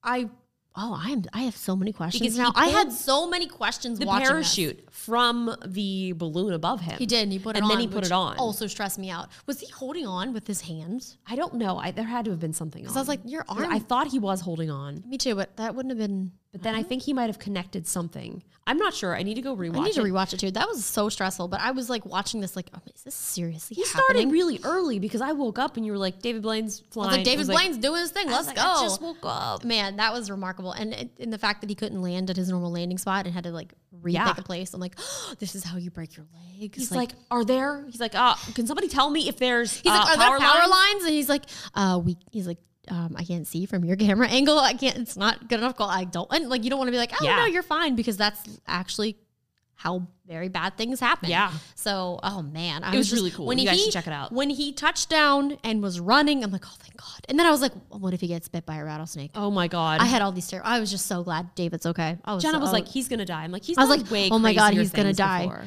I, oh, I'm, I have so many questions
Because he
now. I had
pulled
so many questions.
The
watching this.
parachute from the balloon above him.
He did. And he put it
and
on.
then he put
which
it on.
Also stressed me out. Was he holding on with his hands?
I don't know. I, there had to have been something. Because
Um, I was like, your arm-
I thought he was holding on,
Me too, but that wouldn't have been.
but then I think he might have connected something. I'm not sure. I need to go rewatch.
Uh-huh. I need to
it.
rewatch it too. That was so stressful, but I was like watching this, like, oh, is this seriously
He started
happening?
really early because I woke up and you were like, David Blaine's flying.
I was like, David
I was
Blaine's doing his thing.
I was
Let's
like,
go.
I just woke up.
Man, that was remarkable, and it- and the fact that he couldn't land at his normal landing spot and had to like rethink
Yeah.
a place. I'm like, <gasps> this is how you break your legs.
He's like, are there? He's like, uh, can somebody tell me if there's?
he's
uh,
like, are there power lines?
lines?
And he's like, uh, we. He's like. Um, I can't see from your <laughs> camera angle. I can't. It's not good enough. Call. I don't. And like, you don't want to be like, oh
Yeah.
no, you're fine, because that's actually how very bad things happen.
Yeah.
So, oh man, I
It was
just-
really cool. You guys should check it out.
When he touched down and was running, I'm like, oh thank God. And then I was like, well, what if he gets bit by a rattlesnake?
Oh my god!
I had all these. Ter- I was just so glad David's okay. I was
Jenna
so-
was
oh.
like, he's gonna die. I'm like, he's.
I was
done
like,
way
oh my God,
crazier
he's gonna
things
die.
before.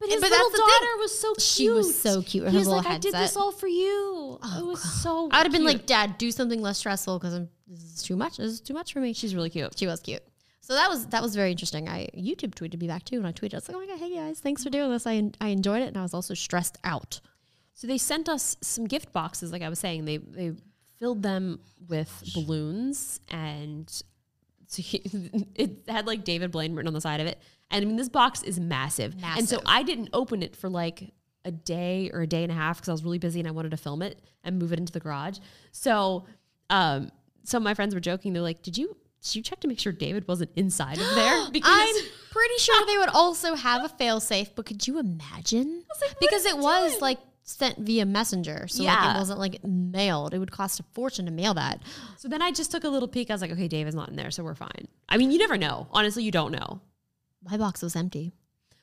But his
but that's
little
the thing.
daughter was so cute.
She was so cute, her
He was
little
like, I did this
headset. Oh,
all for you. Oh, it was so.
I would have been
cute.
like, Dad, do something less stressful because I'm. This is too much. This is too much for me.
she's really cute.
She was cute. So that was that was very interesting. I YouTube tweeted me back too, and I tweeted, I was like, "Oh my god, hey guys, thanks for doing this. I en- I enjoyed it, and I was also stressed
<laughs>
out.
So they sent us some gift boxes, like I was saying. They they filled them with balloons and <laughs> so he, it had like David Blaine written on the side of it. And I mean, this box is massive. And so
Massive.
I didn't open it for like a day or a day and a half because I was really busy and I wanted to film it and move it into the garage. So, um, some of my friends were joking. They're like, "Did you did you check to make sure David wasn't inside of there?"
I'm pretty sure they would also have a failsafe, but could you imagine? because it was like sent via messenger, so like
Yeah.
it wasn't like mailed. It would cost a fortune to mail that.
So then I just took a little peek. I was like, okay, David's not in there, so we're fine. I mean, you never know. Honestly, you don't know.
My box was empty.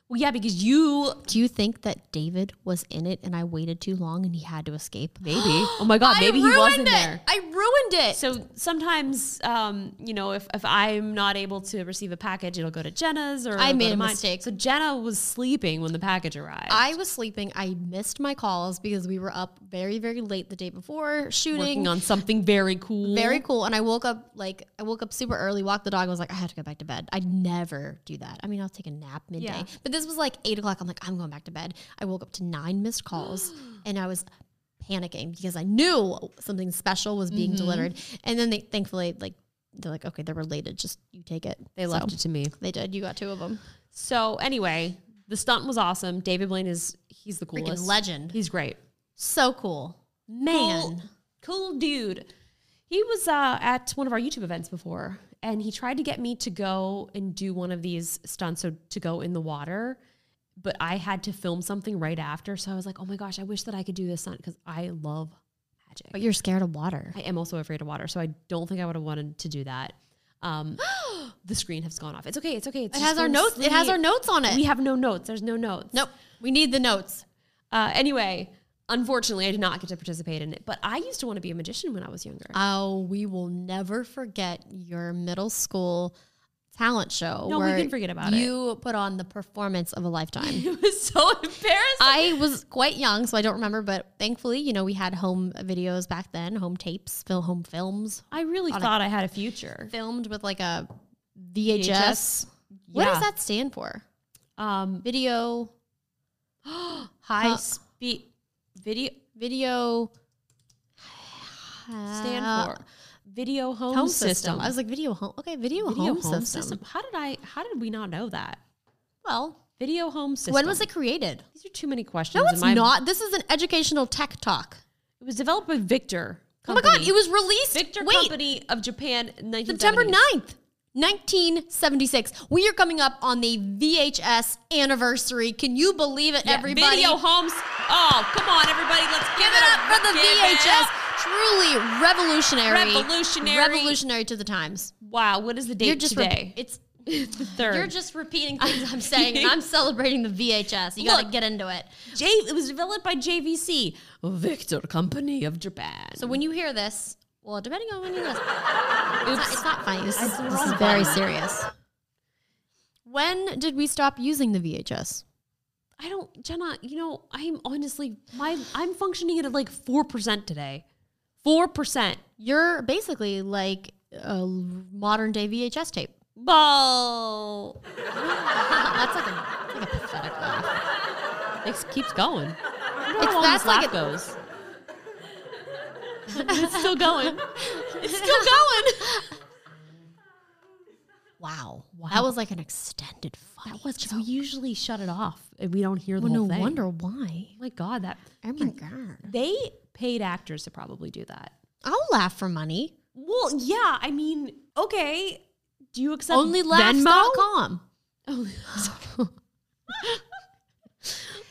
Well, yeah, because you
Do you think that David was in it and I waited too long and he had to escape?
maybe. <gasps> oh my god, maybe he was in there.
I ruined it.
So sometimes, um, you know, if, if I'm not able to receive a package, it'll go to Jenna's or
I
it'll go
made
to
a
mine.
mistake.
So Jenna was sleeping when the package arrived.
I was sleeping. I missed my calls because we were up very, very late the day before shooting.
working on something very cool.
Very cool. And I woke up like I woke up super early, walked the dog, and was like, I have to go back to bed. I never do that. I mean, I'll take a nap midday.
Yeah.
But this was like eight o'clock. I'm like, I'm going back to bed. I woke up to nine
<gasps>
missed calls and I was panicking because I knew something special was
Mm-hmm.
being delivered. And then they thankfully like they're like, Okay, they're related, just you take it.
They left it to me.
They did. You got two of them.
So anyway, the stunt was awesome. David Blaine is he's the
Freaking
coolest.
legend.
He's great.
So cool. Man.
Cool, cool dude. He was uh, at one of our YouTube events before, and he tried to get me to go and do one of these stunts, so to go in the water. But I had to film something right after, so I was like, "Oh my gosh, I wish that I could do this stunt because I love magic."
But you're scared of water.
I am also afraid of water, so I don't think I would have wanted to do that.
<gasps>
Um, the screen has gone off. It's okay. It's okay. It's
It
just
has our
going to
notes. It has our
sleep.
notes on it.
We have no notes. There's no notes.
nope. We need the notes.
Uh, anyway, unfortunately, I did not get to participate in it. But I used to want to be a magician when I was younger.
Oh, we will never forget your middle school talent show.
No, we can forget about it.
You put on the performance of a
<laughs>
lifetime.
It was so embarrassing.
I was quite young, so I don't remember, but thankfully, you know, we had home videos back then, home tapes, film, home films,
I really thought I had a future.
filmed with like a VHS.
VHS?
What does
Yeah.
that stand for?
Um,
<gasps> Video, high
I
s-
speak video
video.
stand
uh,
for video home,
home
system.
system. I was like video home. Okay, video,
video
home, system.
How did I? How did we not know that?
Well,
Video home system.
when was it created?
These are too many questions.
No,
in
it's
my-
not. This is an educational tech talk.
It was developed by Victor.
Oh my
Company.
god, it was released
Victor
wait,
Company of Japan, 1970s.
September 9th, 1976. We are coming up on the VHS anniversary. Can you believe it,
Yeah,
everybody?
Video homes. Oh, come on, everybody! Let's give,
Give it up for the
give it
VHS.
up.
Truly revolutionary.
Revolutionary.
Revolutionary to the times.
Wow, what is the date
You're just re-
today? <laughs>
it's
the 3rd
you're just repeating
<laughs>
things I'm saying and I'm celebrating the VHS. You got to
Look.
get into it.
J. It was developed by JVC, Victor Company of Japan.
So when you hear this, well, depending on when you listen, it's not,
Oops.
it's not funny. This is,
I-
this is
wrong
very
button.
serious. When did we stop using the VHS?
I don't, Jenna. You know, I'm honestly my I'm functioning at like four percent today. Four percent.
You're basically like a modern day VHS tape.
Well,
<laughs> That's like a, that's like a pathetic laugh.
it keeps going. I don't know
It's-
how long
that's
this laugh
like a-
goes. it's still
<laughs>
going.
It's still going. wow. That was like an extended funny.
That was because we usually shut it off and we don't hear the
Well, no
whole thing.
wonder why.
Oh my God, that
Oh my god.
they paid actors to probably do that.
I'll laugh for money.
Well, yeah. I mean, okay. Do you accept Venmo?
Onlylaughs.com. Oh. <laughs>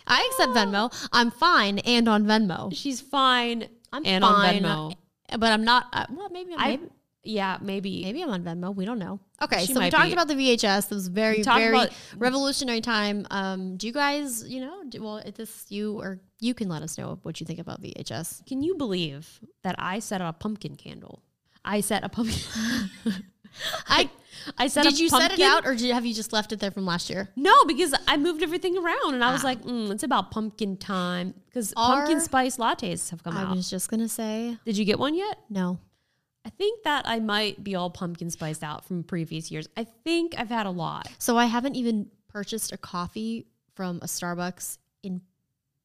I accept Venmo. I'm fine and on Venmo.
She's fine.
I'm
and
fine,
on Venmo.
but I'm not. Uh, well, maybe, I'm,
I,
maybe
yeah, maybe.
maybe I'm on Venmo. We don't know. Okay,
She
so we
might
talked
be.
about the VHS. It was very
We talked
very
about-
revolutionary time. Um, do you guys, you know, do, well, if this you or you can let us know what you think about VHS.
Can you believe that I set a pumpkin candle? I set a pumpkin. <laughs>
I
I set.
did
a
you set it
pumpkin-
out or did, have you just left it there from last year?
No, because I moved everything around, and I was
Ah.
like, mm, "It's about pumpkin time." Because
Are-
pumpkin spice lattes have come
I
out.
was just gonna say
Did you get one yet?
no.
I think that I might be all pumpkin spiced out from previous years. I think I've had a lot.
So I haven't even purchased a coffee from a Starbucks in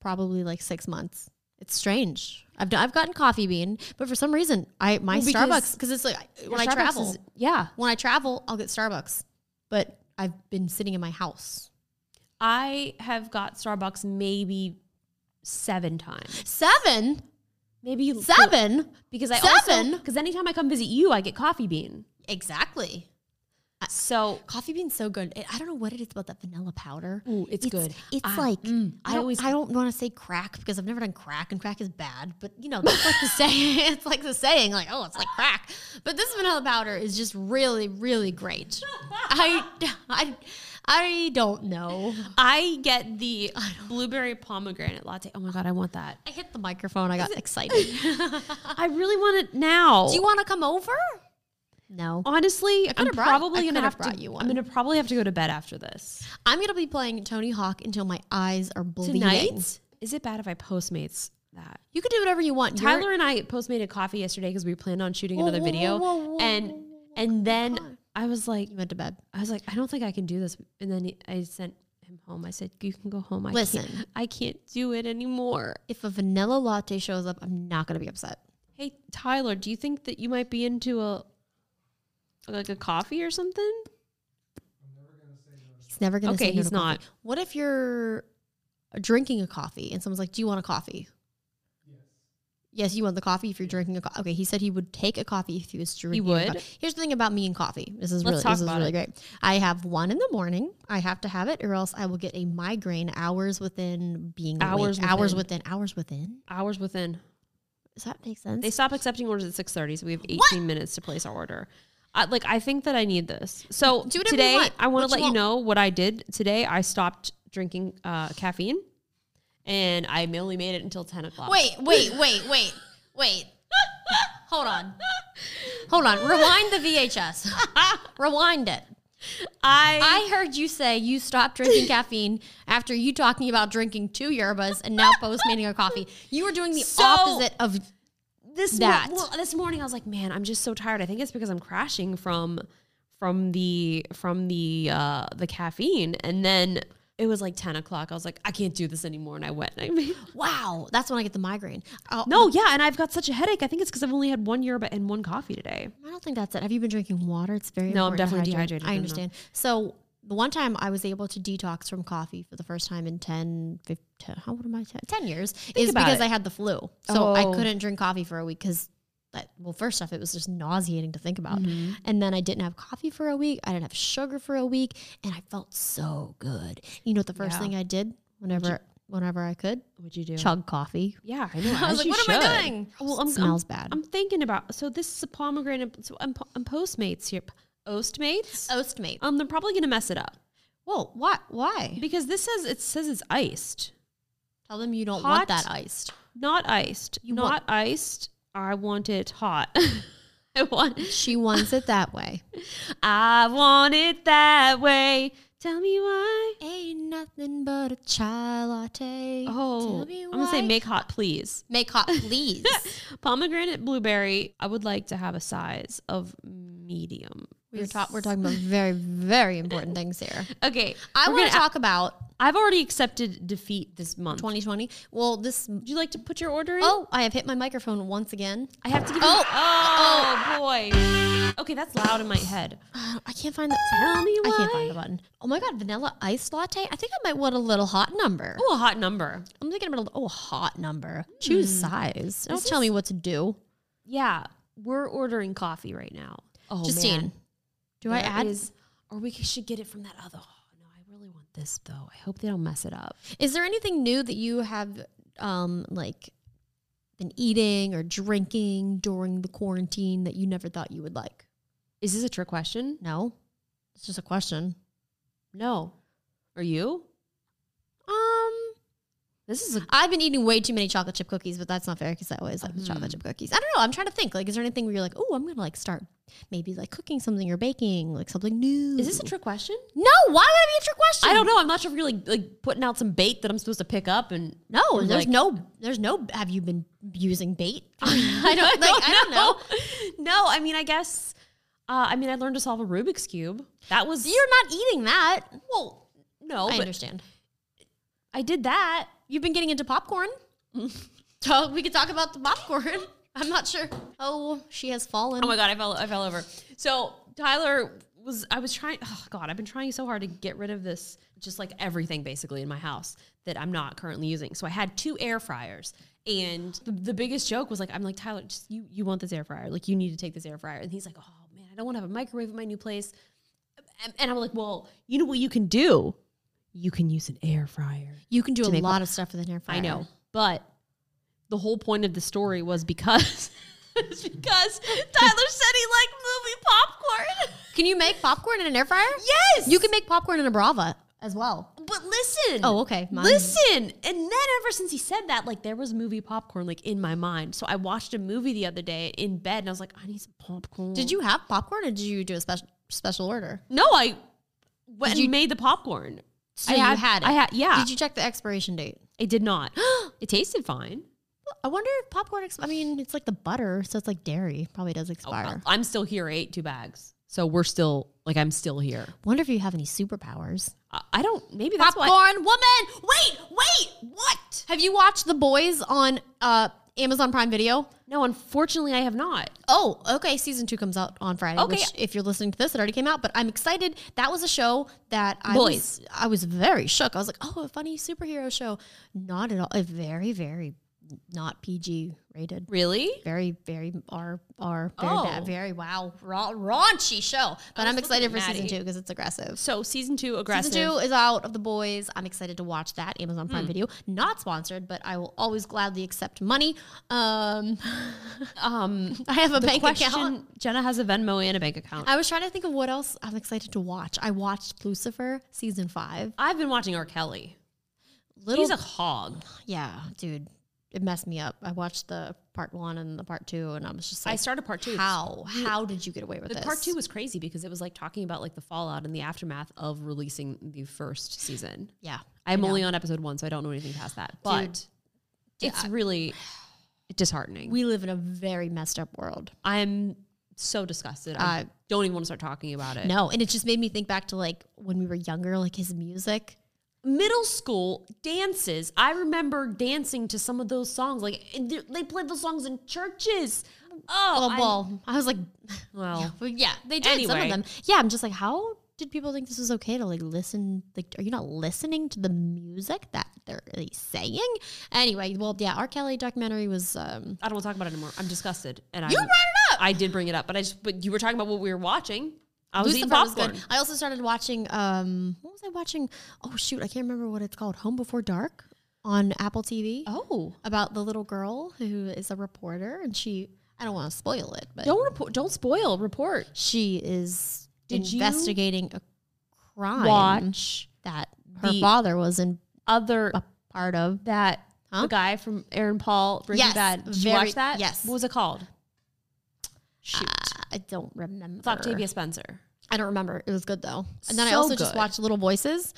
probably like six months. It's strange. I've done, I've gotten coffee bean, but for some reason, I my
Well, because
Starbucks because it's like when I
Starbucks
travel.
is- yeah.
when I travel, I'll get Starbucks, but I've been sitting in my house
I have got Starbucks maybe seven times.
seven,
Maybe
seven
Because I also
Seven?
because anytime I come visit you, I get coffee bean.
exactly.
So
Coffee bean's so good. It- I don't know what it is about that vanilla powder.
Ooh, it's good.
It's
Ah,
like
mm, I
I don't,
always-
I don't want to say crack because I've never done crack and crack is bad, but you know that's
<laughs>
like the saying. It's like the saying, like oh, it's like crack. But this vanilla powder is just really, really great. I, <laughs> I, I don't know.
I get the blueberry pomegranate latte. Oh my god, I want that.
I hit the microphone. I got excited.
I really want it now.
Do you want to come over? No.
Honestly, I'm
could've brought- I
probably gonna
could've
have
brought
to.
you
I'm
one.
gonna probably have to go to bed after this
I'm gonna be playing Tony Hawk until my eyes are bleeding.
tonight. Is it bad if I postmates that?
You can do whatever you want. You're-
Tyler and I postmated coffee yesterday because we planned on shooting
Whoa,
another
whoa,
video,
whoa, whoa, whoa,
and
whoa, whoa,
and then
God.
I was like,
you went to bed.
I was like, I don't think I can do this. And then he- I sent him home. I said, You can go home. I
Listen.
can't, I can't do it anymore.
If a vanilla latte shows up, I'm not gonna be upset.
Hey Tyler, do you think that you might be into a like a coffee or something?
He's never gonna
Okay,
say no
he's
to coffee.
not.
What if you're drinking a coffee and someone's like, "Do you want a coffee?" Yes, you want the coffee if you're drinking a coffee. Okay, he said he would take a coffee if he was drinking. a
would?
co- Here's the thing about me and coffee. This is
Let's
really
talk
this is
about
really
it.
great. I have one in the morning. I have to have it, or else I will get a migraine. Hours within being awake.
Hours
hours
within.
within hours within.
Hours within.
Does that make sense?
They stop accepting orders at six thirty, so we have eighteen
What?
minutes to place our order. I, like I think that I need this. So
Do whatever you
today
want.
I want
What
to
you
let you
want.
know what I did today. I stopped drinking uh, caffeine, and I only made it until ten o'clock.
Wait, wait, wait, wait, wait. Hold on. Hold on. Rewind
<laughs>
the VHS. Rewind it.
I
I heard you say you stopped
<laughs>
drinking caffeine after you talking about drinking two yerbas and now postmating a coffee. You were doing the
So-
opposite of
this mo-
that.
well, this morning I was like, man, I'm just so tired. I think it's because I'm crashing from from the from the uh the caffeine. And then it was like ten o'clock. I was like, I can't do this anymore. And I went. And I <laughs> made,
wow. That's when I get the migraine. Oh,
no, yeah, and I've got such a headache. I think it's because I've only had one yerba and one coffee today.
I don't think that's it. Have you been drinking water? It's very
No, I'm
important to
definitely
hydrate.
dehydrated. No,
I
no.
understand. So the one time I was able to detox from coffee for the first time in 10, 15, how old am I? 10, 10 years is
about
because
it.
I had the flu. So I
Oh.
couldn't drink coffee for a week because, well, first off, it was just nauseating to think about.
Mm-hmm.
And then I didn't have coffee for a week. I didn't have sugar for a week. And I felt so good. You know what the first
Yeah.
thing I did whenever, whenever I could?
What'd you do?
Chug coffee.
Yeah, <laughs> I know.
I was
as
like,
you
what am I
should.
doing?
Well, I'm,
Smells
I'm-
bad.
I'm thinking about. So this is a pomegranate. So I'm, po- I'm Postmates here. Oastmates.
Oastmate.
Um, they're probably gonna mess it up
Whoa, what? Why?
because this says it says it's iced.
Tell them you don't
Hot.
want that iced.
Not iced.
You
Not
want-
iced. I want it hot. <laughs> I want.
She wants it that way.
I want it that way. Tell me why.
<laughs> Ain't nothing but a chai latte.
Oh, I'm gonna say make hot, please.
make <laughs> hot, please.
Pomegranate blueberry. I would like to have a size of medium.
we were, ta- we're talking about very, very important things here.
Okay,
I
we're
want to
gonna-
talk about
I've already accepted defeat this month.
2020. Well, this.
Would you like to put your order in?
Oh, I have hit my microphone once again.
I have to give
Oh.
you. Oh, boy. Okay, that's loud in my <gasps> head.
I can't find that.
Tell me
I can't
why.
find the button. Oh my god, vanilla iced latte. I think I might want a little hot number.
Oh, a hot number.
I'm thinking about a oh a hot number. Choose size. Don't
This
tell
is-
me what to do,
Yeah, we're ordering coffee right now. Oh,
Justine. Do I
There
add?
is- or we should get it from that other. Oh, no, I really want this though. I hope they don't mess it up.
Is there anything new that you have um like been eating or drinking during the quarantine that you never thought you would like?
Is this a trick question?
No. It's just a question.
No. Are you?
Um
This is a.
I've been eating way too many chocolate chip cookies, but that's not fair because I always like the
Mm.
chocolate chip cookies. I don't know. I'm trying to think. Like, is there anything where you're like, oh, I'm gonna like start maybe like cooking something or baking, like something new?
Is this a trick question?
No, why would it be a trick question?
I don't know. I'm not sure if you're like, like putting out some bait that I'm supposed to pick up and
No,
I'm
there's
like-
no, there's no. Have you been
<laughs>
using bait? I don't. <laughs> Like, I don't know.
No, I mean, I guess. Uh, I mean, I learned to solve a Rubik's cube. That was
You're not eating that. Well,
no,
I
but
understand.
I did that.
You've been getting into popcorn. <laughs> So we could talk about the popcorn. <laughs> I'm not sure. Oh, she has fallen.
Oh my god, I fell I fell over. So Tyler was I was trying oh god, I've been trying so hard to get rid of this just like everything basically in my house that I'm not currently using. So I had two air fryers and the, the biggest joke was like I'm like Tyler, just you you want this air fryer. Like you need to take this air fryer. And he's like, "Oh man, I don't want to have a microwave in my new place." And, and I'm like, "Well, you know what you can do? You can use an air fryer."
you can do
To
a
make
lot of stuff with an air fryer.
I know, but the whole point of the story was because <laughs> it's because Tyler said he liked movie popcorn.
Can you make popcorn in an air fryer?
Yes,
You can make popcorn in a Brava as well.
But listen.
Oh, okay. Mine-
Listen, and then ever since he said that, like there was movie popcorn like in my mind. So I watched a movie the other day in bed, and I was like, I need some popcorn.
Did you have popcorn or did you do a special special order?
No, I went and
Did you-
made the popcorn.
So
I
you
had-
had it.
I had- yeah.
Did you check the expiration date?
It did <gasps> not. it tasted fine.
I wonder if popcorn. Ex- I mean, it's like the butter, so it's like dairy. Probably does
Oh,
expire.
I'm still here. I ate two bags, so we're still like I'm still here.
Wonder if you have any superpowers.
I, I don't. Maybe that's why.
Popcorn woman. Wait, wait. What? Have you watched The Boys on uh, Amazon Prime Video?
No, unfortunately, I have not.
Oh, okay. Season two comes out on Friday.
Okay.
Which, if you're listening to this, it already came out. But I'm excited. That was a show that I
Boys.
was I was very shook. I was like, oh, a funny superhero show. Not at all. uh, Very, very not PG rated.
Really?
Very, very R R. Very bad.
Oh.
Very wow. Ra- raunchy show. But
was
I'm excited for
looking at
season
Maddie.
two because it's aggressive.
So season two, aggressive.
Season two is out of the boys. I'm excited to watch that Amazon
Hmm.
Prime Video. Not sponsored, but I will always gladly accept money. Um, <laughs>
Um,
I have a bank
question.
account.
Jenna has a Venmo and a bank account.
I was trying to think of what else I'm excited to watch. I watched Lucifer season five.
I've been watching R. Kelly.
Little,
He's a hog.
yeah, dude, it messed me up. I watched the part one and the part two, and I was just like,
I started part two.
How? How did you get away with
But
this?
part two was crazy because it was like talking about like the fallout and the aftermath of releasing the first season.
yeah,
I'm only on episode one, so I don't know anything past that. But it's really disheartening.
we live in a very messed up world.
I'm so disgusted. I
Uh,
don't even want to start talking about it.
No, and it just made me think back to like when we were younger, like his music.
middle school dances. I remember dancing to some of those songs. Like and they they played those songs in churches. Oh,
Well,
I'm- <laughs>
well, I was like,
well.
Well, yeah, they did some
Anyway.
of them. Yeah, I'm just like, how did people think this was okay to like listen? Like, are you not listening to the music that they're really saying? Anyway, well, yeah, R. Kelly documentary was. um
I don't want to talk about it anymore. I'm disgusted. And I
You brought it up.
I did bring it up, but I just but you were talking about what we were watching. I was eating
Lucifer was
popcorn.
I also started watching. um What was I watching? Oh shoot, I can't remember what it's called. Home Before Dark on Apple TV.
Oh.
About the little girl who is a reporter, and she. I don't want to spoil it, but
Don't report don't spoil, report.
she is
Did you
investigating a crime
Watch
that her
the-
father was in
Other uh,
a part of
that
Huh?
the guy from Aaron Paul Breaking
Yes,
Bad. Did you
very-
watch that?
yes.
What was it called? Shoot.
I don't remember.
it's Octavia Spencer.
I don't remember. It was good though. And then I
So
also just
good.
watched Little Voices.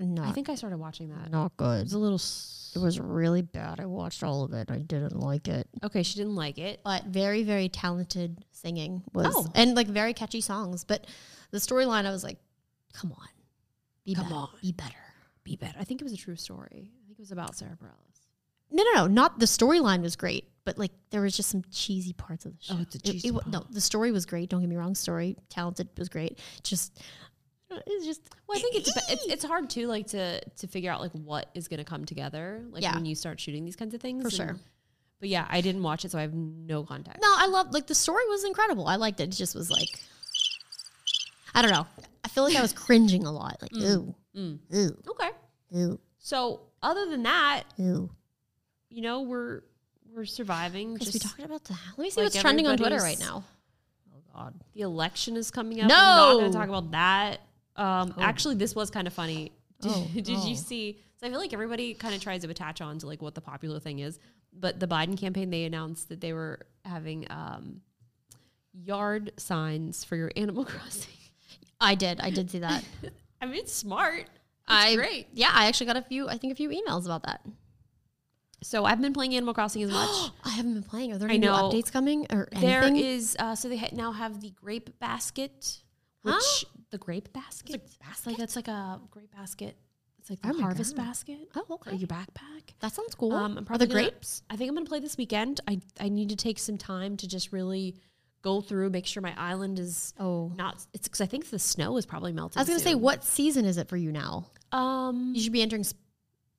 No,
I think I started watching that.
not
It
good.
was a little s-
It was really bad. I watched all of it. I didn't like it.
Okay, she didn't like it.
But very, very talented singing was,
Oh.
and like very catchy songs. But the storyline, I was like, come on, be
Come
better,
on.
be better.
Be better. I think it was a true story. I think it was about Sarah Bareilles.
No, no, no. Not the storyline was great, but like there was just some cheesy parts of the show.
Oh, it's a
It-
cheesy
it wa-
part.
No, the story was great. Don't get me wrong. Story talented was great. Just it's just.
Well, I think it's it's, it's hard too, like to to figure out like what is going to come together, like
Yeah.
when you start shooting these kinds of things.
For sure.
But yeah, I didn't watch it, so I have no context.
No, I love like the story was incredible. I liked it. It just was like I don't know. I feel like I was cringing a lot.
Mm,
Like ooh, ooh,
Okay.
ooh,
So other than that,
ooh.
you know, we're we're surviving.
Because
Just
we talked about the Let me see
like
what's trending on Twitter right
everybody's-
now.
the election is coming up. I'm not going
No!
to talk about that. Um, Actually, this was kind of funny. <laughs> Did,
Oh,
did
oh.
you see? So I feel like everybody kind of tries to attach on to like what the popular thing is, but the Biden campaign they announced that they were having um, yard signs for your Animal <laughs> Crossing.
I did. I did
<laughs>
see that.
I mean, it's smart. It's
I
great.
Yeah, I actually got a few. I think a few emails about that.
So I've been playing Animal Crossing as
<gasps>
much.
I haven't been playing. Are there
I
any new
know.
updates coming or
there
anything?
is uh, so they ha- now have the grape basket, which
Huh?
the grape basket, It's like- it's like a grape basket. It's It's like the
Oh my
harvest
God.
basket
Oh,
or
okay.
your backpack.
That sounds cool.
Um, I'm
Are
probably
the
gonna-
grapes?
I think I'm going to play this weekend. I, I need to take some time to just really go through, make sure my island is
Oh.
not. It's because I think the snow is probably melting.
I was going to say,
soon.
what season is it for you now?
Um,
You should be entering sp-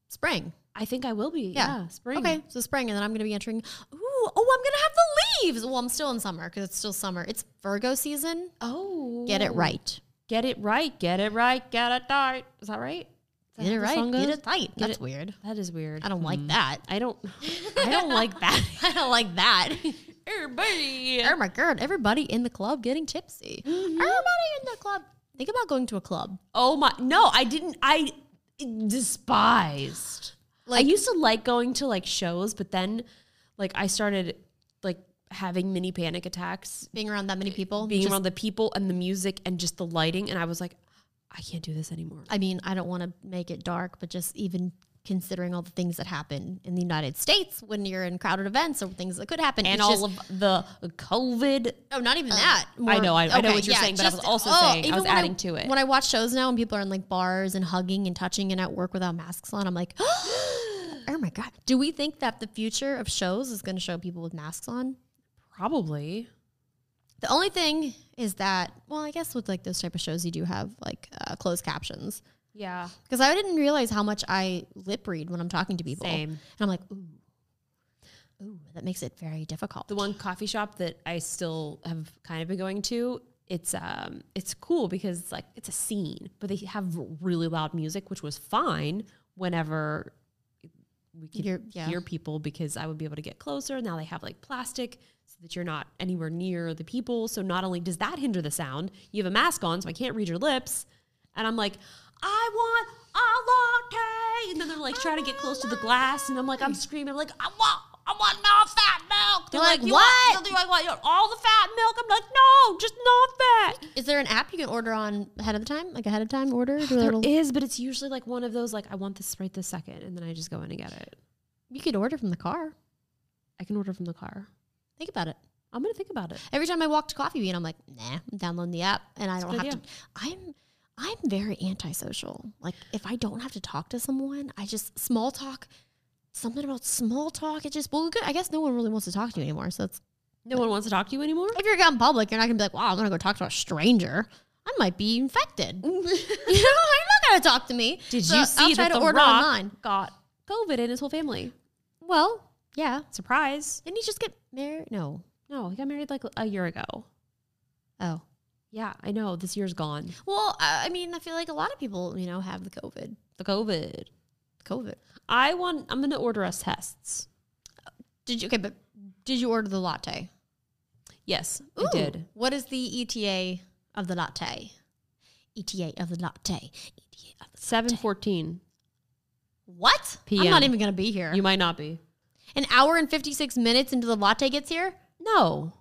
spring.
I think I will be.
Yeah.
Yeah, spring.
Okay, so spring, and then I'm going to be entering. Ooh, oh, I'm going to have the leaves. Well, I'm still in summer because it's still summer. It's Virgo season.
Oh,
Get it right.
Get it right. Get it right. Get it right. Is that right? Is that
Get it
how the
right.
song
Get
goes?
it tight. That's
it- Mm-hmm.
weird.
That is weird.
I don't like that. <laughs>
I don't. I don't like that.
I don't
<laughs>
like that.
Everybody.
oh my god! Everybody in the club getting tipsy.
Mm-hmm.
Everybody in the club. Think about going to a club.
Oh my! No, I didn't. I despised.
Like-
I used to like going to like shows, but then, like, I started like having mini panic attacks
Being around that many people.
being
just-
around the people and the music and just the lighting, and I was like, I can't do this anymore.
I mean, I don't want to make it dark, but just even considering all the things that happen in the United States when you're in crowded events or things that could happen,
and
it's
all
just-
of the COVID.
Oh, not even that.
I know, I- I know what you're saying, but I was also saying- I
oh, even
was
when
adding to it.
When I watch shows now and people are in like bars and hugging and touching and at work without masks on, I'm like, <gasps> oh my God. Do we think that the future of shows is going to show people with masks on?
Probably.
The only thing is that, well, I guess with like those type of shows, you do have like uh, closed captions.
Yeah.
Because I didn't realize how much I lip read when I'm talking to people.
Same.
And I'm like, ooh, ooh, that makes it very difficult.
The one coffee shop that I still have kind of been going to, it's um it's cool because it's like it's a scene, but they have really loud music, which was fine whenever we could
You're- yeah.
hear people because I would be able to get closer. Now they have like plastic so that you're not anywhere near the people. So not only does that hinder the sound, you have a mask on, so I can't read your lips. And I'm like, I want a latte. And then they're like trying to get close to the glass. And I'm like, I'm screaming, like, I want, I want no fat milk. They're
You're
like,
like,
you
"What?"
Want, they're like, what? You want all the fat milk? I'm like, no, just not fat.
Is there an app you can order on ahead of the time? Like ahead of time order? Do a
There
little-
is, but it's usually like one of those, like, I want this right this second. And then I just go in and get it.
You could order from the car.
I can order from the car.
Think about it.
I'm going to think about it.
Every time I walk to Coffee Bean, I'm like, nah, I'm downloading the app, and I
That's a
don't have
good
to. I'm I'm very antisocial. Like if I don't have to talk to someone, I just small talk. Something about small talk. It just well, good. I guess no one really wants to talk to you anymore. So it's
No one wants to talk to you anymore?
if you're out in public, you're not gonna be like, wow, I'm gonna go talk to a stranger. I might be
<laughs>
infected. <laughs> you know, you're not gonna talk to me.
Did
So
you see
I'll try
that
to
the
order
Rock
online?
got COVID and his whole family?
Well, yeah.
Surprise!
Didn't he just get married? No.
No, he got married like a year ago.
Oh.
Yeah, I know. This year's gone.
Well, I I mean, I feel like a lot of people, you know, have the COVID.
The COVID.
COVID.
I want. I'm gonna order us tests.
Did you okay? But did you order the latte?
Yes,
Ooh,
I did.
What is the ETA of the latte? ETA of the latte. ETA of the
Seven fourteen.
what? I'm
PM.
not even gonna be here.
You might not be.
An hour and fifty six minutes into the latte gets here.
No.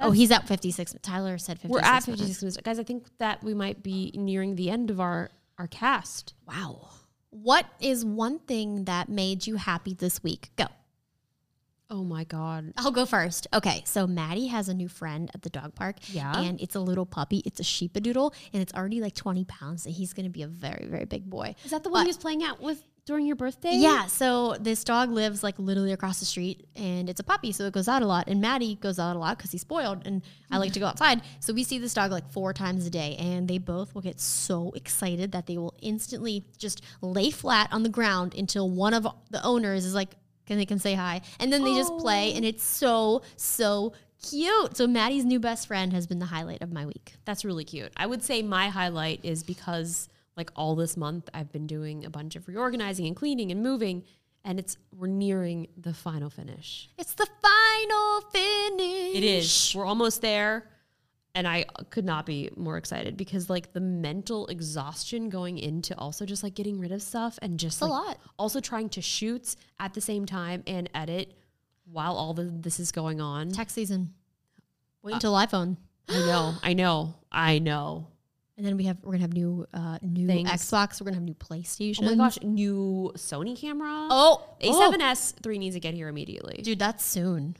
oh, he's at fifty six. Tyler said fifty.
We're at 56 minutes. Guys, I think that we might be nearing the end of our our cast.
Wow. What is one thing that made you happy this week? Go.
Oh my god.
I'll go first. Okay, so Maddie has a new friend at the dog park.
Yeah.
And it's a little puppy. It's a sheepadoodle, and it's already like 20 pounds, and he's going to be a very, very big boy.
Is that the one
But-
he was playing out with during your birthday?
Yeah, so this dog lives like literally across the street, and it's a puppy, so it goes out a lot. And Maddie goes out a lot because he's spoiled, and I like to go outside. So we see this dog like four times a day, and they both will get so excited that they will instantly just lay flat on the ground until one of the owners is like, "Can they can say hi?" And then they just play, and it's so so cute. So Maddie's new best friend has been the highlight of my week.
That's really cute. I would say my highlight is because like all this month I've been doing a bunch of reorganizing and cleaning and moving and it's we're nearing the final finish.
It's the final finish.
It is. We're almost there and I could not be more excited because like the mental exhaustion going into also just like getting rid of stuff and just
a
like,
lot.
also trying to shoot at the same time and edit while all the, this is going on.
Tax season.
Uh,
Wait until iPhone.
I know. I know. I
<gasps>
know.
And then we have we're gonna have new uh new
Things.
Xbox. We're gonna have new PlayStation.
Oh my gosh, new Sony camera.
Oh,
A7S three needs to get here immediately.
dude, that's soon.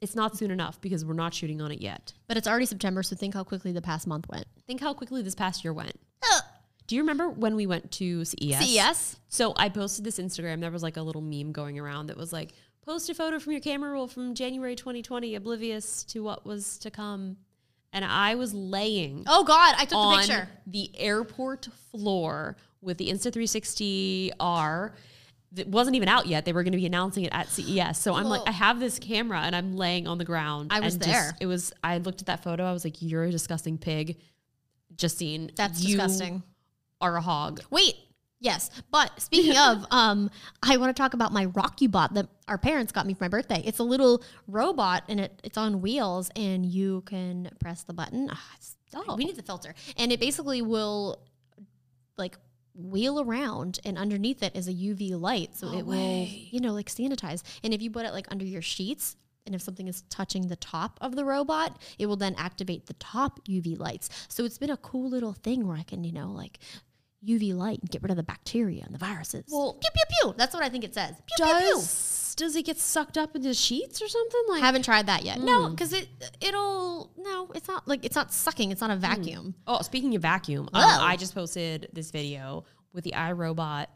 It's not soon enough because we're not shooting on it yet.
But it's already September, so think how quickly the past month went. Oh,
Think how quickly this past year went. Do you remember when we went to CES?
CES?
So I posted this Instagram. There was like a little meme going around that was like, post a photo from your camera roll from January 2020, oblivious to what was to come. And I was laying
Oh God, I took the
on
picture.
the airport floor with the Insta360R that wasn't even out yet. They were going to be announcing it at CES. So I'm like,
Whoa.
I have this camera and I'm laying on the ground.
I was
and
there.
Just, it was, I looked at that photo. I was like, you're a disgusting pig. Justine,
That's
you
disgusting.
are a hog.
Wait. Yes. But speaking <laughs> of, um, I want to talk about my Rocky bot that our parents got me for my birthday. It's a little robot and it, it's on wheels and you can press the button. Ah, it's-
Oh.
We need the filter. And it basically will like wheel around and underneath it is a UV light. So
No
it will,
way.
you know, like sanitize. And if you put it like under your sheets, and if something is touching the top of the robot, it will then activate the top UV lights. So it's been a cool little thing where I can, you know, like UV light and get rid of the bacteria and the viruses.
Well-
pew pew pew. That's what I think it says. Pew pew pew.
Does, does it get sucked up into sheets or something? Like,
Haven't tried that yet. No, because it it'll no, it's not like it's not sucking. It's not a vacuum.
Oh, speaking of vacuum, um,
Whoa.
I just posted this video with the iRobot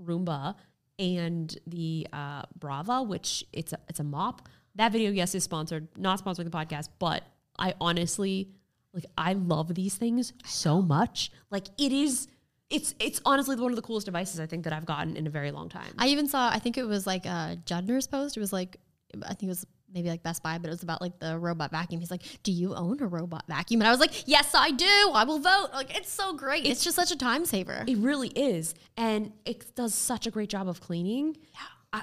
Roomba and the uh, Brava, which it's a, it's a mop. That video, yes, is sponsored, not sponsoring the podcast, but I honestly like I love these things so much. Like it is, it's it's honestly one of the coolest devices I think that I'i've gotten in a very long time.
I even saw. I think it was like uh, Judner's post. It was like I think it was maybe like Best Buy, but it was about like the robot vacuum. He's like, "Do you own a robot vacuum?" And I was like, "Yes, I do. I will vote." Like it's so great. It's, just such a time saver.
It really is, and it does such a great job of cleaning. I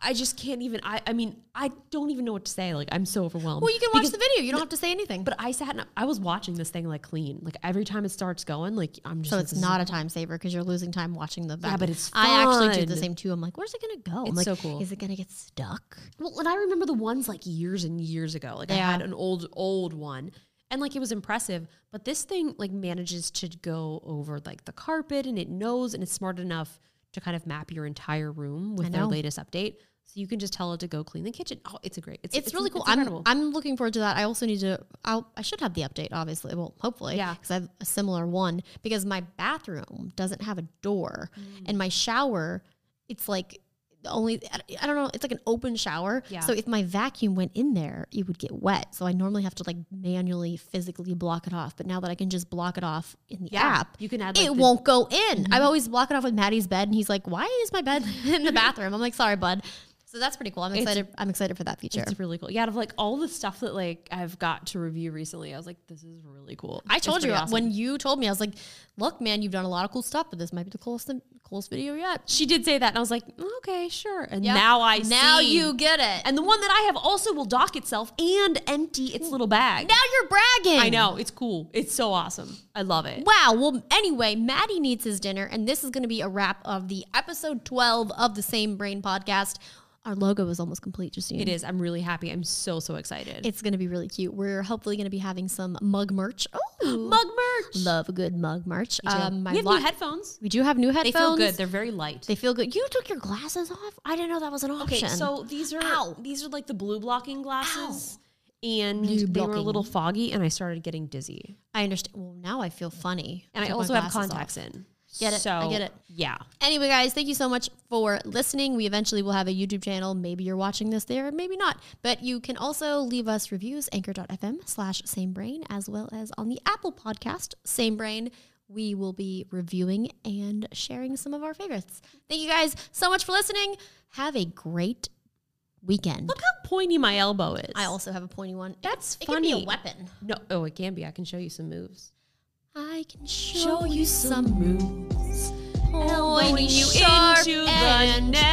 I just can't even. I I mean, I don't even know what to say. Like I'm so overwhelmed.
well, you can watch
Because-
the video. You don't have to say anything.
But I sat and I was watching this thing like clean. Like every time it starts going, like I'm just.
so
like,
it's
this is-
not a time saver because you're losing time watching the vacuum.
but it's
I actually do the
fun.
same too. I'm like, "Where's it gonna go?" I'm
It's so
like,
cool.
Is it gonna get stuck?
Well, and I remember the ones like years and years ago. Like I
Yeah.
had an old old one, and like it was impressive. But this thing like manages to go over like the carpet, and it knows, and it's smart enough to kind of map your entire room
I
with their
know.
latest update. So you can just tell it to go clean the kitchen. Oh, it's a great. It's,
it's, really cool.
incredible.
I'm I'm looking forward to that. I also need to. I'll, I should have the update, obviously. Well, hopefully,
Yeah.
because I have a similar one. Because my bathroom doesn't have a door,
Mm.
and my shower, it's like the only I don't know. It's like an open shower.
Yeah.
So if my vacuum went in there, it would get wet. So I normally have to like manually, physically block it off. But now that I can just block it off in the app,
You can add. Like,
it
the- Mm-hmm.
won't go in. I always block it off with Maddie's bed, and he's like, "Why is my bed <laughs> in the bathroom?" I'm like, "Sorry, bud." So that's pretty cool. I'm
It's-
excited. I'm excited for that feature.
It's really cool. Yeah, out of like all the stuff that like I've got to review recently, I was like, this is really cool.
I
It's
told you
pretty awesome.
when you told me, I was like, "Look, man, you've done a lot of cool stuff, but this might be the coolest, coolest video yet."
She did say that, and I was like, "Mm, okay, sure. And
Yep.
now I
now
see.
you get it, and
and the one that I have also will dock itself and empty its little bag.
now you're bragging.
I know it's cool. It's so awesome. I love it.
Wow. Well, anyway, Maddie needs his dinner, and this is going to be a wrap of the episode twelve of the Same Brain podcast. Our logo is almost complete. Just so you
It
know.
is. I'm really happy. I'm so so excited.
It's going to be really cute. We're hopefully going to be having some mug merch. <gasps> Oh,
mug merch.
Love a good mug merch.
Um,
my
we have
lot-
new headphones.
we do have new
They
headphones.
feel good. They're very light.
They feel good. You took your glasses off. I didn't know that was an
Okay,
option.
so these are
Ow.
these are like the blue blocking glasses, and
Blue
they were a
blocking.
little foggy, and I started getting dizzy.
I understand. Well, now I feel funny.
And I
Took my
also have
glasses
contacts
off.
in.
Get it.
So,
I get it.
Yeah.
Anyway, guys, thank you so much for listening. We eventually will have a YouTube channel. Maybe you're watching this there, maybe not. But you can also leave us reviews, anchor.fm slash same brain, as well as on the Apple podcast, same brain. We will be reviewing and sharing some of our favorites. Thank you guys so much for listening. Have a great weekend.
Look how pointy my elbow is.
I also have a pointy one.
That's
it
funny.
can be a weapon.
No, oh, it can be. I can show you some moves.
I can show,
Show you
you some
moves.
pointy
you
sharp
into the
end.
net.